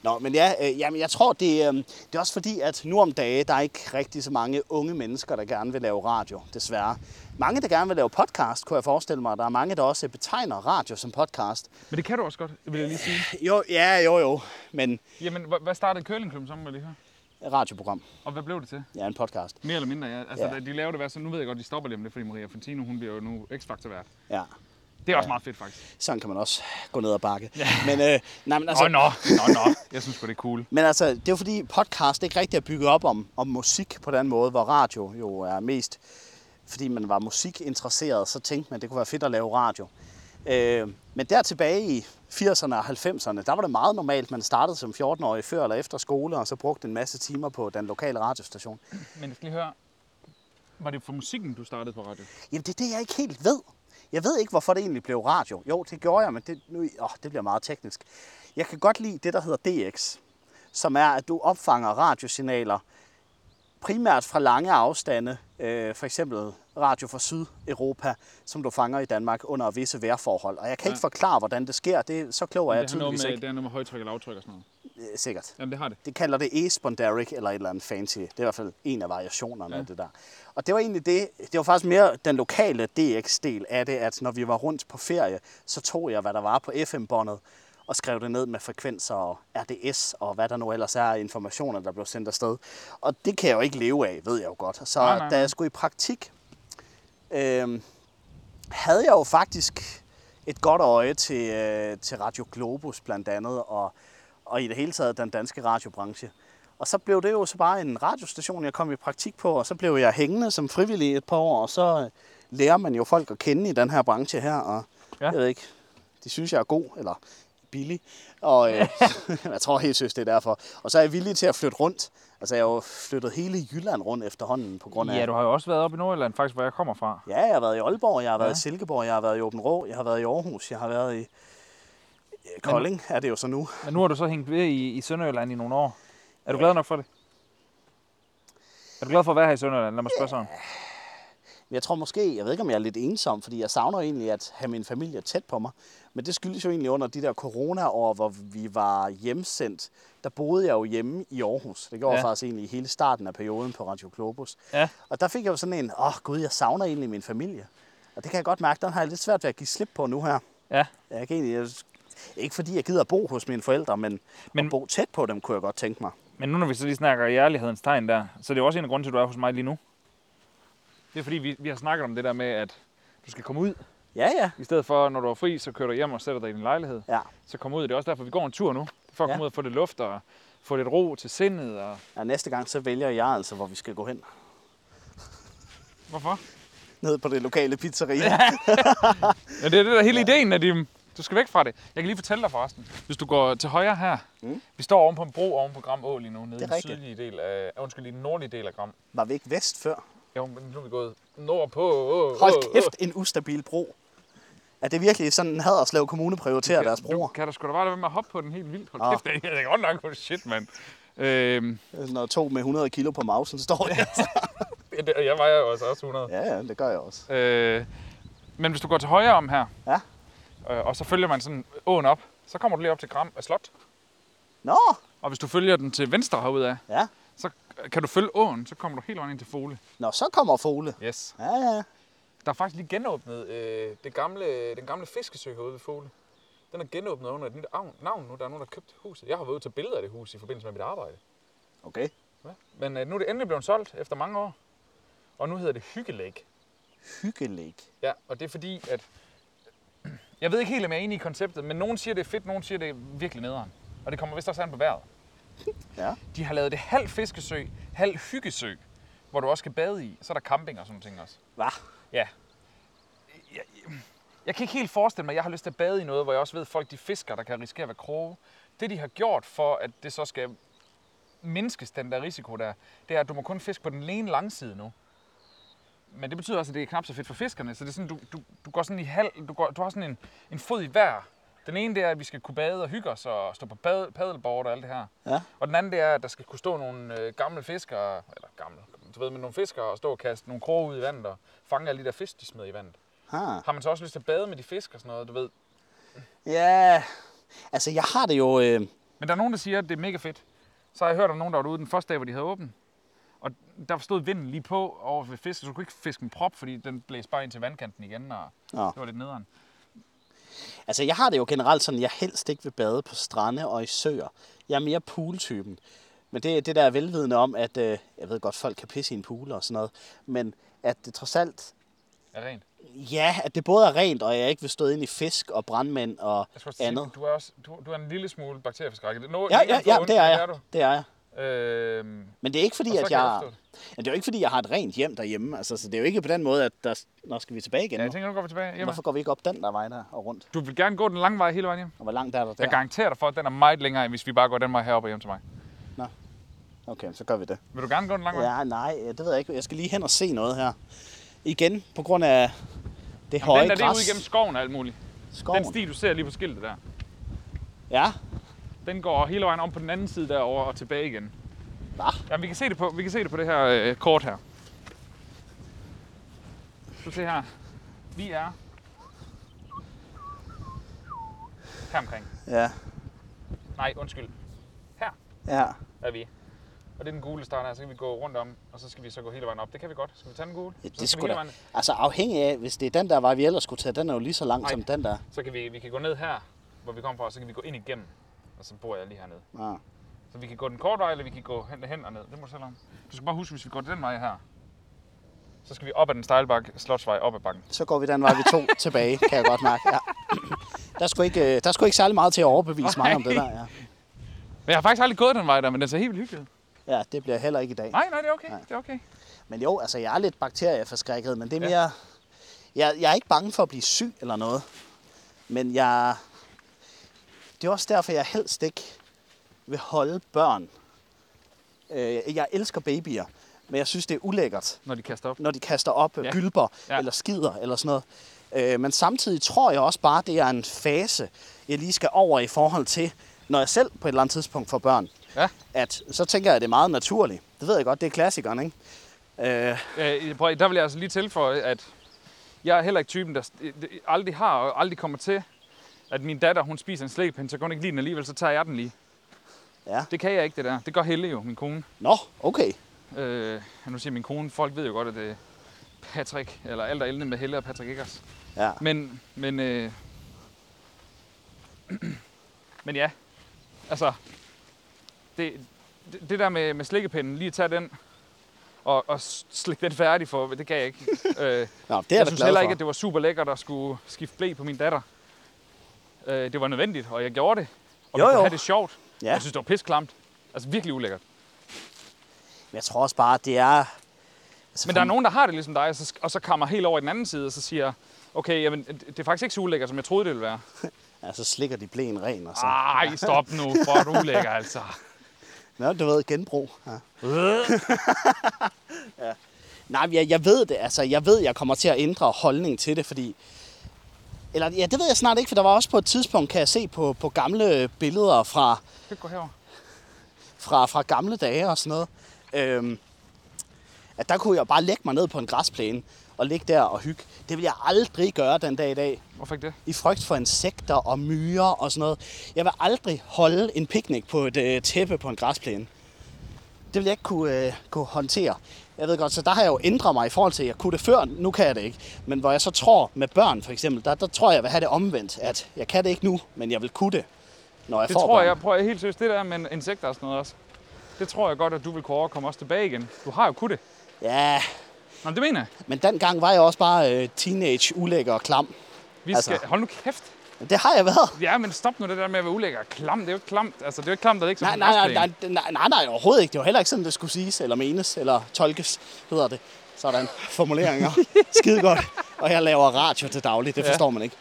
S3: Nå, men ja, øh, jamen, jeg tror, det, øh, det er også fordi, at nu om dage, der er ikke rigtig så mange unge mennesker, der gerne vil lave radio, desværre. Mange, der gerne vil lave podcast, kunne jeg forestille mig. Der er mange, der også betegner radio som podcast.
S2: Men det kan du også godt, vil jeg lige sige.
S3: Jo, ja, jo, jo. Men
S2: Jamen, hva- hvad startede curlingklubben sammen med lige her?
S3: radioprogram,
S2: Og hvad blev det til?
S3: ja, en podcast.
S2: Mere eller mindre, ja. Altså,
S3: Ja.
S2: ja. de laver det værd, så nu ved jeg godt, de stopper lige om lidt, fordi Maria Fontino, hun bliver jo nu X-Factor-vært.
S3: Ja,
S2: Det er også meget fedt, faktisk.
S3: sådan kan man også gå ned og bakke. Ja. Men, øh, nej, men altså,
S2: Altså... Nå, nå, nå, nå. Jeg synes godt det er cool.
S3: Men altså, det er jo fordi podcast ikke rigtig er bygget op om, om musik på den måde, hvor radio jo er mest, fordi man var musikinteresseret, så tænkte man, det kunne være fedt at lave radio. Øh, men der tilbage i 80'erne og 90'erne, der var det meget normalt, man startede som 14-årig før eller efter skole, og så brugte en masse timer på den lokale radiostation.
S2: Men jeg skal lige høre, var det for musikken, du startede på radio?
S3: Jamen, det er det, jeg ikke helt ved. Jeg ved ikke, hvorfor det egentlig blev radio. Jo, det gjorde jeg, men det, nu, åh, det bliver meget teknisk. Jeg kan godt lide det, der hedder DX, som er, at du opfanger radiosignaler primært fra lange afstande, øh, for eksempel radio fra Sydeuropa, som du fanger i Danmark under visse vejrforhold. Og jeg kan ikke forklare, hvordan det sker. Det, så klog er jeg
S2: Det har, noget
S3: tydeligvis
S2: med,
S3: ikke.
S2: det har noget med højtryk og lavtryk og sådan noget.
S3: Øh, Sikkert.
S2: Jamen, det har det.
S3: Det kalder det esponderic eller et eller andet fancy. Det er i hvert fald en af variationerne ja.
S2: Ja.
S3: af det der. Og det var egentlig det, det var faktisk mere den lokale DX-del af det, at når vi var rundt på ferie, så tog jeg, hvad der var på FM-båndet, og skrev det ned med frekvenser og RDS, og hvad der nu ellers er af informationer, der blev sendt afsted. Og det kan jeg jo ikke leve af, ved jeg jo godt. Så
S2: Nej, nej,
S3: da
S2: nej.
S3: jeg skulle i praktik, øh, havde jeg jo faktisk et godt øje til, øh, til Radio Globus blandt andet, og, og i det hele taget den danske radiobranche. Og så blev det jo så bare en radiostation, jeg kom i praktik på, og så blev jeg hængende som frivillig et par år, og så øh, lærer man jo folk at kende i den her branche her, og ja.
S2: Ja.
S3: jeg ved ikke, de synes, jeg er god, eller billig, og øh, jeg tror helt seriøst, det er derfor. Og så er jeg villig til at flytte rundt. Altså, jeg har jo flyttet hele Jylland rundt efterhånden på grund af...
S2: Ja, du har jo også været oppe i Nordjylland, faktisk, hvor jeg kommer fra.
S3: Ja, jeg har været i Aalborg, jeg har været ja.
S2: Ja.
S3: i Silkeborg, jeg har været i Åben Rå, jeg har været i Aarhus, jeg har været i øh, Kolding, er det jo så nu.
S2: Men nu har du så hængt ved i, i Sønderjylland i nogle år. Er du glad nok for det? Er du glad for at være her i Sønderjylland? Lad mig spørge sådan.
S3: Men jeg tror måske, jeg ved ikke om jeg er lidt ensom, fordi jeg savner egentlig at have min familie tæt på mig. Men det skyldes jo egentlig under de der corona-år, hvor vi var hjemsendt. Der boede jeg jo hjemme i Aarhus. Det gjorde ja.
S2: Ja.
S3: jeg faktisk egentlig i hele starten af perioden på Radio Globus.
S2: Ja.
S3: Og der fik jeg jo sådan en, åh oh, gud, jeg savner egentlig min familie. Og det kan jeg godt mærke, den har jeg lidt svært ved at give slip på nu her.
S2: Ja.
S3: Jeg kan egentlig, jeg, ikke fordi jeg gider at bo hos mine forældre, men, men
S2: Men-
S3: at bo tæt på dem, kunne jeg godt tænke mig.
S2: Men nu når vi så lige snakker i ærlighedens tegn der, så er det jo også en af grunden til, at du er hos mig lige nu. Det er fordi, vi, vi har snakket om det der med, at du skal komme ud.
S3: Ja, ja.
S2: I stedet for, når du er fri, så kører du hjem og sætter dig i din lejlighed.
S3: Ja,
S2: Så kom ud. Det er også derfor, vi går en tur nu. For at
S3: Ja.
S2: komme ud og få lidt luft og få lidt ro til sindet. Og...
S3: og næste gang så vælger jeg altså, hvor vi skal gå hen.
S2: Hvorfor?
S3: Ned på det lokale pizzeria.
S2: Ja, det er det der hele ideen, at de, du skal væk fra det. Jeg kan lige fortælle dig forresten. Hvis du går til højre her,
S3: Mm.
S2: mm. vi står oven på en bro oven på Gram Å lige nu, nede i
S3: Det
S2: den
S3: er rigtigt.
S2: sydlige del af, øh, undskyld, i den nordlige del af Gram.
S3: Var vi ikke vest før?
S2: Jo, men nu er vi gået nordpå. Åh, åh,
S3: Hold
S2: åh.
S3: kæft, en ustabil bro. Er det virkelig sådan, Haderslev Kommune prioriterer deres
S2: Du
S3: broer?
S2: kan da sgu da bare lade være med at hoppe på den helt vildt. Hold
S3: Ah.
S2: kæft, det er godt nok for shit, mand. Øhm,
S3: Når to med 100 kilo på mausen står der.
S2: ja, det- jeg vejer jo altså også 100.
S3: Ja, ja, det gør jeg også.
S2: Øh, men hvis du går til højre om her,
S3: Ja.
S2: øh, og så følger man sådan åen op, så kommer du lige op til Gram af Slot.
S3: Nå,
S2: Og hvis du følger den til venstre herude af,
S3: ja.
S2: så kan du følge åen, så kommer du helt vejen ind til Fole.
S3: Nå, så kommer Fole.
S2: Yes.
S3: Ja, ja.
S2: Der er faktisk lige genåbnet øh, det gamle, den gamle fiskesø herude ved Fole. Den er genåbnet under et nyt avn- navn nu. Der er nogen, der har købt huset. Jeg har været ude til billeder af det hus i forbindelse med mit arbejde.
S3: Okay.
S2: Ja. Men øh, nu er det endelig blevet solgt efter mange år. Og nu hedder det Hyggelæg.
S3: Hyggelæg.
S2: Ja, og det er fordi, at... Jeg ved ikke helt, om jeg er enig i konceptet, men nogen siger, det er fedt, nogen siger, det er virkelig nederen. Og det kommer vist også an på vejret.
S3: Ja.
S2: De har lavet det halv fiskesø, halv hyggesø, hvor du også kan bade i. Så er der camping og sådan nogle ting også.
S3: Hva?
S2: Ja. Jeg, jeg kan ikke helt forestille mig, at jeg har lyst til at bade i noget, hvor jeg også ved, at folk de fisker, der kan risikere at være kroge. Det, de har gjort for, at det så skal mindskes, den der risiko der, det er, at du må kun fiske på den ene langside nu. Men det betyder også, at det er knap så fedt for fiskerne, så det er sådan, du, du, du går sådan i halv, du, går, du har sådan en, en fod i hver. Den ene det er, at vi skal kunne bade og hygge os og stå på pad- paddleboard og alt det her.
S3: Ja.
S2: Og den anden det er, at der skal kunne stå nogle øh, gamle fiskere, eller gamle, du ved, men nogle fiskere og stå og kaste nogle kroge ud i vandet og fange alle de der fisk, de smed i vandet.
S3: Ha.
S2: Har man så også lyst til at bade med de fisk og sådan noget, du ved.
S3: Ja. Altså, jeg har det jo... Øh...
S2: Men der er nogen, der siger, at det er mega fedt. Så har jeg hørt om nogen, der var ude den første dag, hvor de havde åbent. Og der stod vinden lige på over ved fisk, så du kunne ikke fiske en prop, fordi den blæste bare ind til vandkanten igen, og
S3: Nå.
S2: det var lidt nederen.
S3: Altså, jeg har det jo generelt sådan, jeg helst ikke vil bade på strande og i søer. Jeg er mere pooltypen. Men det, det der er velvidende om, at øh, jeg ved godt, folk kan pisse i en pool og sådan noget, men at det trods alt,
S2: Er rent.
S3: ja, at det både er rent, og jeg ikke vil stå ind i fisk og brandmænd og
S2: Jeg skulle også
S3: andet.
S2: sige, du er, også, du, du er en lille smule bakterieforskrækket. Nå,
S3: Ja,
S2: ikke
S3: ja,
S2: en få
S3: ja, det
S2: undskyldning,
S3: er
S2: er
S3: jeg.
S2: du.
S3: Det er jeg.
S2: Øhm,
S3: Men det er ikke fordi,
S2: Og så
S3: at
S2: kan jeg
S3: jeg...
S2: forstå
S3: Men det er jo ikke fordi, jeg har et rent hjem derhjemme. Altså, så det er jo ikke på den måde, at der... Nå, skal vi tilbage igen
S2: ja,
S3: nu?
S2: jeg tænker, nu går vi tilbage. Hjemme.
S3: Hvorfor går vi ikke op den der vej der og rundt?
S2: Du vil gerne gå den lange vej hele vejen hjem.
S3: Og hvor langt er der
S2: Jeg
S3: der?
S2: garanterer dig for, at den er meget længere, end hvis vi bare går den vej heroppe og hjem til mig.
S3: Okay, så gør vi det.
S2: Vil du gerne gå den lange vej?
S3: Ja, nej, øh, det ved jeg ikke. Jeg skal lige hen og se noget her. Igen, på grund af det
S2: Jamen,
S3: høje
S2: den der, det er
S3: græs.
S2: ud igennem skoven og alt muligt.
S3: skoven.
S2: Den sti, du ser lige på skiltet der,
S3: Ja,
S2: den går hele vejen om på den anden side derover og tilbage igen.
S3: Hva?
S2: Jamen, vi kan se det på, vi kan se det, på det her øh, kort her. Du se her. Vi er her omkring.
S3: Ja.
S2: Nej, undskyld. Her
S3: Ja.
S2: er vi. Og det er den gule start her, så kan vi gå rundt om, og så skal vi så gå hele vejen op. Det kan vi godt. Skal vi tage den gule? Så
S3: Det,
S2: skal
S3: det
S2: vi
S3: skulle
S2: hele
S3: da...
S2: vejen-
S3: Altså afhængig af, hvis det er den der vej, vi ellers skulle tage, den er jo lige så lang
S2: Nej.
S3: som den der.
S2: Så kan vi, vi kan gå ned her, hvor vi kom fra, og så kan vi gå ind igennem. Og så bor jeg lige hernede.
S3: Ja.
S2: Så vi kan gå den korte vej, eller vi kan gå hen, hen og ned. Det må du selv om. Du skal bare huske, hvis vi går den vej her, så skal vi op ad den stejle bakke, Slotsvej, op ad bakken.
S3: Så går vi den vej, vi to tilbage, kan jeg godt mærke. Ja. Der skulle ikke, øh, der skulle ikke særlig meget til at overbevise mig om det der. Ja.
S2: Men jeg har faktisk aldrig gået den vej der, men den ser helt vildt hyggelig ud.
S3: ja, det bliver heller ikke i dag.
S2: Nej, nej, det er okay. Det er okay.
S3: Men jo, altså jeg er lidt bakterieforskrækket, men det
S2: Ja.
S3: er mere... Ja. Jeg, jeg er ikke bange for at blive syg eller noget. Men jeg... Det er også derfor, jeg helst ikke vil holde børn. Øh, jeg elsker babyer, men jeg synes, det er ulækkert,
S2: Når de kaster op.
S3: når de kaster op
S2: Ja.
S3: ja. gylper
S2: Ja.
S3: ja. eller skider eller sådan noget. Øh, men samtidig tror jeg også bare, det er en fase, jeg lige skal over i forhold til, når jeg selv på et eller andet tidspunkt får børn.
S2: Ja.
S3: At, så tænker jeg, at det er meget naturligt. Det ved jeg godt, det er klassikeren, ikke? Øh,
S2: Øh, prøv, at- der vil jeg altså lige tilføje, at jeg er heller ikke typen, der st- aldrig har og aldrig kommer til, at min datter, hun spiser en slikpind, så kan hun ikke lide den alligevel, så tager jeg den lige.
S3: Ja.
S2: Det kan jeg ikke, det der. Det gør Helle jo, min kone.
S3: Nå, okay.
S2: Øh, nu siger min kone, folk ved jo godt, at det er Patrick, eller alt er ældende med Helle og Patrick Eggers.
S3: Ja.
S2: Men, men, øh, men ja, altså, det, det, det der med, med slikkepinden, lige tage den og, og s- slikke den færdig for, det kan jeg ikke. øh,
S3: Nå, det er jeg,
S2: jeg
S3: da
S2: synes
S3: glad
S2: heller
S3: for.
S2: ikke, at det var super lækkert at skulle skifte blæ på min datter. Øh, det var nødvendigt, og jeg gjorde det. Og
S3: Jo,
S2: vi kunne
S3: jo.
S2: have det sjovt.
S3: Ja.
S2: Jeg synes, det var pisklamt. Altså virkelig ulækkert.
S3: Men jeg tror også bare, at det er... Altså,
S2: Men der er nogen, der har det ligesom dig, og så, og så kommer helt over i den anden side, og så siger, okay, jamen, det er faktisk ikke så ulækkert, som jeg troede, det ville være.
S3: Ja, så altså, slikker de blæen ren og så... Ah.
S2: Ej, stop nu, for er du ulækker, altså.
S3: Nå, du ved, genbrug. Ja. ja.
S2: Øh?
S3: Nej, men jeg, jeg ved det. Altså, jeg ved, jeg kommer til at ændre holdning til det, fordi... Eller, ja, det ved jeg snart ikke, for der var også på et tidspunkt, kan jeg se på, på gamle billeder fra,
S2: Kan du gå herover?
S3: fra, fra gamle dage og sådan noget. Øhm, at der kunne jeg bare lægge mig ned på en græsplæne og ligge der og hygge. Det vil jeg aldrig gøre den dag i dag.
S2: Hvorfor ikke det?
S3: i frygt for insekter og myrer og sådan noget. Jeg vil aldrig holde en picnic på et øh, tæppe på en græsplæne. Det vil jeg ikke kunne, øh, kunne håndtere. Jeg ved godt, så der har jeg jo ændret mig i forhold til, at jeg kunne det før, nu kan jeg det ikke. Men hvor jeg så tror med børn for eksempel, der, der tror jeg, jeg vil have det omvendt, at jeg kan det ikke nu, men jeg vil kunne det, når jeg
S2: Det
S3: får
S2: tror
S3: børn.
S2: jeg, prøver jeg helt seriøst, det der med insekter og sådan noget også. Det tror jeg godt, at du vil kunne overkomme også tilbage igen. Du har jo kunnet det.
S3: Ja,
S2: Nå, men det mener jeg.
S3: men dengang var jeg også bare øh, teenage, ulækker og klam.
S2: Vi
S3: Altså.
S2: skal... Altså. Hold nu kæft.
S3: Men det har jeg været.
S2: Ja, men stop nu det der med at være ulækker. Klam, det er jo ikke klamt. Altså, det er jo ikke klamt, at det ikke
S3: Nej,
S2: som
S3: nej, nej, nej, nej, nej, nej, overhovedet ikke. Det var heller ikke sådan, det skulle siges, eller menes, eller tolkes, hedder det. Sådan formuleringer. Skide godt. Og jeg laver radio til daglig, det
S2: Ja.
S3: forstår man ikke.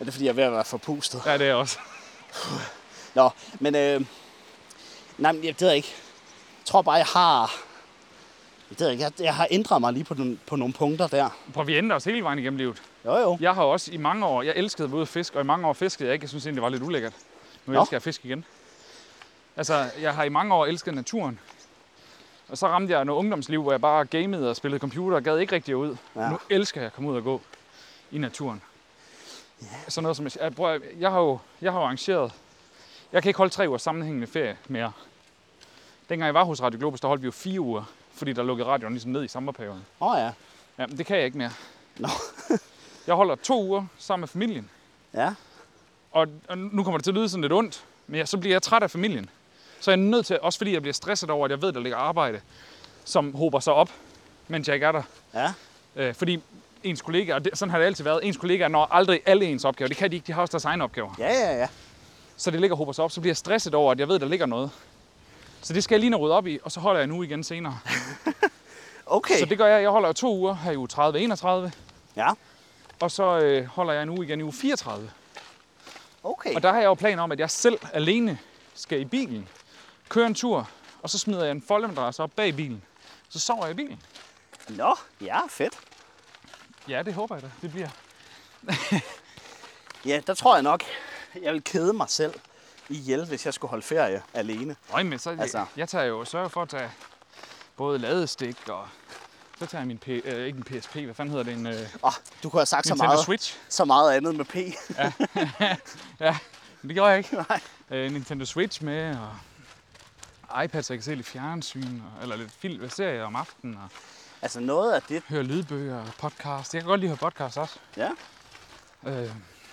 S3: Er det fordi, jeg er ved at være forpustet?
S2: Ja, det er også.
S3: Nå, men øh, nej, men jeg ved jeg ikke. Jeg tror bare, jeg har... Jeg ved ikke, jeg, jeg har ændret mig lige på, nogle, på nogle punkter der.
S2: Prøv, vi ændrer os hele vejen igennem livet.
S3: Jo, jo.
S2: Jeg har jo også i mange år, jeg elskede at være ude og fiske, og i mange år fiskede jeg ikke. Jeg synes egentlig, det var lidt ulækkert. Nu
S3: Nå.
S2: elsker jeg at fiske igen. Altså, jeg har i mange år elsket naturen. Og så ramte jeg noget ungdomsliv, hvor jeg bare gamede og spillede computer og gad ikke rigtig ud. Ja.
S3: Ja.
S2: Nu elsker jeg at komme ud og gå i naturen. Yeah. Sådan noget som, jeg, bror, jeg har jo jeg har jo arrangeret, jeg kan ikke holde tre uger sammenhængende ferie mere. Dengang jeg var hos Radio Globus, der holdt vi jo fire uger, fordi der lukkede radioen ligesom ned i sommerperioden.
S3: Åh oh, ja.
S2: Ja, men det kan jeg ikke mere.
S3: Nå.
S2: Jeg holder to uger sammen med familien.
S3: Ja.
S2: Og, og nu kommer det til at lyde sådan lidt ondt, men jeg, så bliver jeg træt af familien. Så er jeg nødt til, også fordi jeg bliver stresset over, at jeg ved, der ligger arbejde, som hober sig op, mens jeg ikke er der.
S3: Ja.
S2: Øh, fordi ens kollegaer, og det, sådan har det altid været, ens kollegaer når aldrig alle ens opgaver. Det kan de ikke, de har også deres egne opgaver.
S3: Ja, ja, ja.
S2: Så det ligger og hober sig op, så bliver jeg stresset over, at jeg ved, der ligger noget. Så det skal jeg lige nå rydde op i, og så holder jeg en uge igen senere.
S3: Okay.
S2: Så det gør jeg. Jeg holder jo to uger her i uge 30 31,
S3: Ja.
S2: og så øh, holder jeg en uge igen i uge 34.
S3: Okay.
S2: Og der har jeg jo planer om, at jeg selv alene skal i bilen, køre en tur, og så smider jeg en foldemadrasse op bag bilen. Så sover jeg i bilen.
S3: Nå, ja, fedt.
S2: Ja, det håber jeg da. Det bliver.
S3: Ja, der tror jeg nok, jeg vil kede mig selv. ihjel, hvis jeg skulle holde ferie alene.
S2: Øj, men så, altså.
S3: Altså.
S2: jeg, jeg tager jo sørger for at tage både ladestik og... Så tager jeg min P, øh, ikke en PSP, hvad fanden hedder det? En, øh, Nintendo
S3: Åh, Ah, du kunne have sagt så meget,
S2: Switch.
S3: så meget andet med P.
S2: Ja, men det gjorde jeg ikke.
S3: Nej.
S2: Øh, Nintendo Switch med, og iPad, så jeg kan se lidt fjernsyn, og, eller lidt film, serier om aftenen, og
S3: altså noget af det,
S2: høre lydbøger og podcast. Jeg kan godt lide at høre podcast også.
S3: ja.
S2: Øh,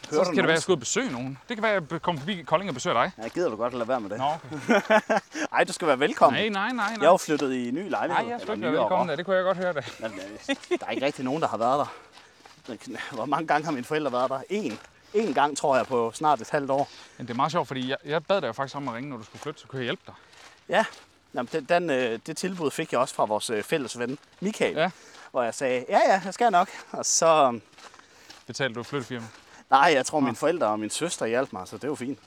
S2: så
S3: du
S2: skal det være, at
S3: nogen?
S2: jeg skal ud og besøge nogen. Det kan være, at jeg kommer forbi Kolding og besøger dig.
S3: Ja, gider du godt lade være med det?
S2: Nå, okay.
S3: Nej, du skal være velkommen.
S2: Nej, nej, nej,
S3: Jeg er
S2: nej.
S3: jo flyttet i ny lejlighed.
S2: Nej, jeg
S3: eller
S2: skal ikke
S3: nyere
S2: være velkommen
S3: år.
S2: der. Det kunne jeg godt høre det.
S3: Jamen, øh, Der er ikke rigtig nogen, der har været der. Hvor mange gange har mine forældre været der? En. En gang, tror jeg, på snart et halvt år.
S2: Men det er meget sjovt, fordi jeg, jeg bad dig jo faktisk om at ringe, når du skulle flytte, så kunne jeg hjælpe dig.
S3: Ja, Jamen, den, den, øh, det tilbud fik jeg også fra vores øh, fælles ven, Michael.
S2: Ja.
S3: Hvor jeg sagde, ja, ja, jeg skal nok. Og så, øh,
S2: Betalte du flyttefirma?
S3: nej, jeg tror, mine forældre og min søster hjalp mig, så det var fint.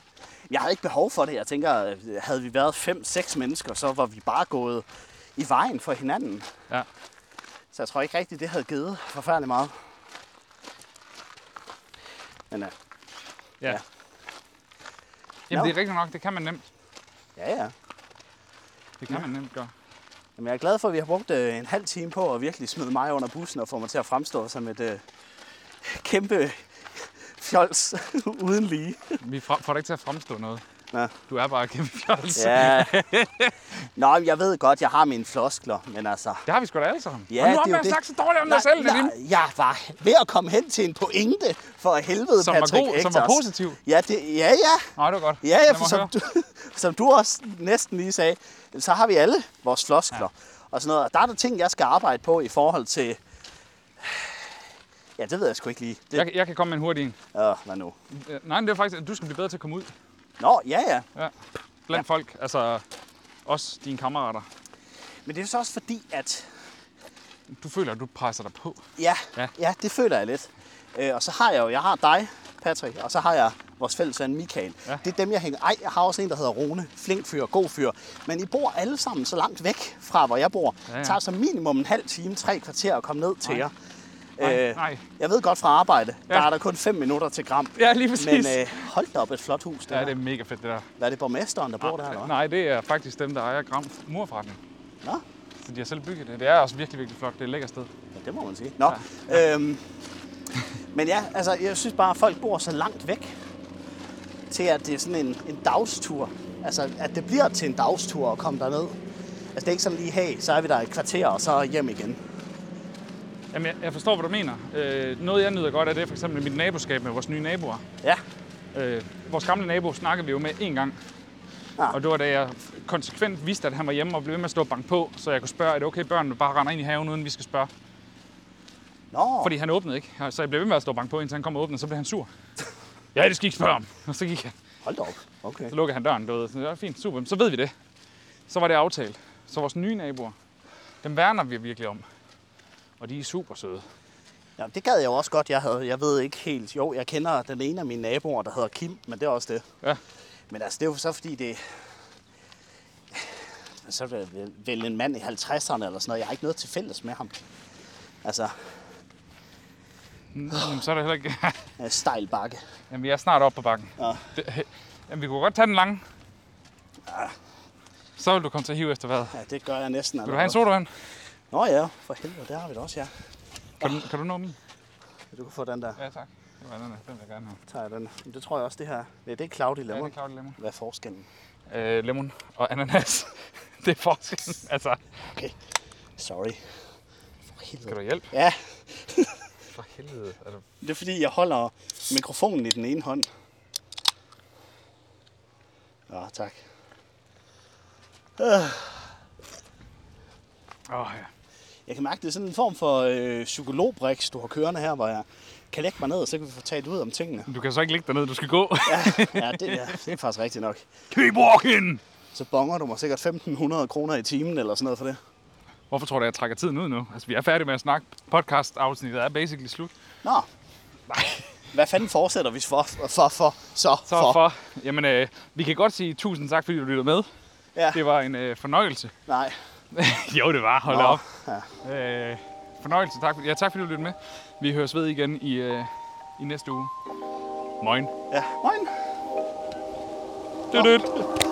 S3: Jeg havde ikke behov for det. Jeg tænker, øh, havde vi været fem-seks mennesker, så var vi bare gået i vejen for hinanden.
S2: Ja.
S3: Så jeg tror ikke rigtigt, det havde givet forfærdelig meget. Men øh,
S2: Ja.
S3: Ja.
S2: ja. Jamen,
S3: Nå.
S2: det er rigtigt nok. Det kan man nemt.
S3: ja, ja.
S2: Det kan ja. man nemt gøre.
S3: Jamen, jeg er glad for, at vi har brugt øh, en halv time på at virkelig smide mig under bussen og få mig til at fremstå som et øh, kæmpe fjols uden lige.
S2: Vi fra- får dig ikke til at fremstå noget.
S3: Ja.
S2: Du er bare kæmpe fjols. Ja.
S3: Ja. Nå, men jeg ved godt, jeg har mine floskler, men altså...
S2: Det har vi sgu da alle sammen.
S3: Ja,
S2: Ja, nu
S3: det er
S2: har
S3: jo
S2: jeg
S3: det.
S2: sagt så dårligt om dig selv, Nadim.
S3: nej, jeg var ved at komme hen til en pointe for helvede,
S2: Som var
S3: Patrick
S2: god, som
S3: Echters.
S2: var positiv.
S3: Ja, det, ja, ja.
S2: Nej, det var godt.
S3: Ja,
S2: Lad
S3: ja
S2: mig
S3: for som,
S2: høre.
S3: du, som du også næsten lige sagde, så har vi alle vores floskler ja. og sådan noget. Og der er der ting, jeg skal arbejde på i forhold til... Ja, det ved jeg sgu ikke lige. Det,
S2: Jeg, jeg kan komme med en hurtig en.
S3: Åh, hvad nu?
S2: Øh, Nej, men det er faktisk, at du skal blive bedre til at komme ud
S3: Nå, ja, ja.
S2: ja. blandt ja. folk. Altså, også dine kammerater.
S3: Men det er så også fordi, at...
S2: Du føler, at du presser dig på.
S3: Ja, ja.
S2: Ja.
S3: ja det føler jeg lidt. Øh, og så har jeg jo... Jeg har dig, Patrick, og så har jeg vores fælles ven Michael. Ja.
S2: Ja.
S3: Det er dem, jeg hænger... Ej, jeg har også en, der hedder Rune. Flink fyr, god fyr. Men I bor alle sammen så langt væk fra, hvor jeg bor.
S2: Ja,
S3: Ja, ja.
S2: ja.
S3: Det tager så minimum en halv time, tre kvarter at komme ned til jer.
S2: Nej, nej.
S3: Jeg ved godt fra arbejde, ja.
S2: Ja.
S3: der er der kun 5 minutter til Gram.
S2: Ja, lige
S3: Men
S2: præcis. Men, øh,
S3: øh, hold da op, et flot hus der.
S2: ja, det Ah,
S3: det...
S2: er mega fedt, det der.
S3: Hvad er det borgmesteren, der bor der? Eller? hvad?
S2: Nej, det er faktisk dem, der ejer Gram Murforretning.
S3: Nå,
S2: Så de har selv bygget det. Det er også virkelig, virkelig flot. Det er et lækkert sted.
S3: Ja, det må man sige. Nå, ja. Øhm, men ja, altså, jeg synes bare, at folk bor så langt væk, til at det er sådan en, en dagstur. Altså, at det bliver til en dagstur at komme derned. Altså, det er ikke sådan lige, hey, så er vi der et kvarter, og så hjem igen.
S2: Jamen, jeg, jeg forstår, hvad du mener. Øh, noget, jeg nyder godt af, det er for eksempel mit naboskab med vores nye naboer.
S3: Ja,
S2: Øh, vores gamle nabo snakkede vi jo med én gang.
S3: Ah.
S2: Ah. Og det var da jeg konsekvent vidste, at han var hjemme og blev ved med at stå og banke på, så jeg kunne spørge, er det okay, børnene bare render ind i haven, uden vi skal spørge?
S3: nå,
S2: Fordi han åbnede ikke, så jeg blev ved med at stå og banke på, indtil han kom og åbnede, så blev han sur. Ja, det skal I ikke spørge om. Og så gik han.
S3: hold da op. Okay.
S2: Så lukkede han døren, du ved. Så det var fint, super. Så ved vi det. Så var det aftalt. Så vores nye naboer, dem værner vi virkelig om. Og de er super søde.
S3: Ja, det gad jeg jo også godt, jeg havde. Jeg ved ikke helt. Jo, jeg kender den ene af mine naboer, der hedder Kim, men det er også det.
S2: Ja.
S3: Men altså, det er jo så fordi, det så er det vel- vel en mand i 50'erne eller sådan noget. Jeg har ikke noget til fælles med ham. Altså,
S2: Jamen, så er det heller ikke...
S3: øh, stejl bakke.
S2: Jamen, vi er snart oppe på bakken.
S3: Ja.
S2: Det, jamen, vi kunne godt tage den lange. Så vil du komme til at hive efter vejret.
S3: Ja, det gør jeg næsten.
S2: Vil du have en sodavand?
S3: Nå ja, for helvede, det har vi da også, ja.
S2: Kan du, kan du nå min?
S3: Du kan få den der.
S2: Ja, tak. Det var den der. Den vil jeg gerne have.
S3: Tager jeg den. Men det tror jeg også, det her. Nej, det er Claudi
S2: Ja, det
S3: Lemmer.
S2: er klart lemon.
S3: Hvad er forskellen?
S2: Øh, lemon og ananas. det er forskellen. Altså,
S3: Okay, sorry. For
S2: kan
S3: helvede.
S2: du hjælpe?
S3: Ja,
S2: For helvede. Er du...
S3: det er fordi, jeg holder mikrofonen i den ene hånd. Ja, tak.
S2: Åh, ja.
S3: Jeg kan mærke, det er sådan en form for øh, psykologbriks, du har kørende her, hvor jeg kan lægge mig ned, og så kan vi få talt ud om tingene.
S2: Du kan så ikke ligge dernede, du skal gå.
S3: Ja, det, ja, det er faktisk rigtigt nok.
S2: Keep walking!
S3: Så bonger du mig sikkert 1.500 kroner i timen eller sådan noget for det.
S2: Hvorfor tror du, jeg trækker tiden ud nu? Altså, vi er færdige med at snakke. Podcast-afsnittet er basically slut.
S3: Nå, nej. Hvad fanden fortsætter vi for, for, for, så,
S2: Så for, for jamen, øh, vi kan godt sige tusind tak, fordi du lyttede med.
S3: Ja,
S2: Det var en øh, fornøjelse.
S3: nej.
S2: jo, det var. Hold
S3: Nå,
S2: Nå. op. Ja. Øh, fornøjelse. Tak, for- ja, tak fordi du lyttede med. Vi høres ved igen i, øh, i næste uge. Moin.
S3: Ja, moin.
S2: Dødt.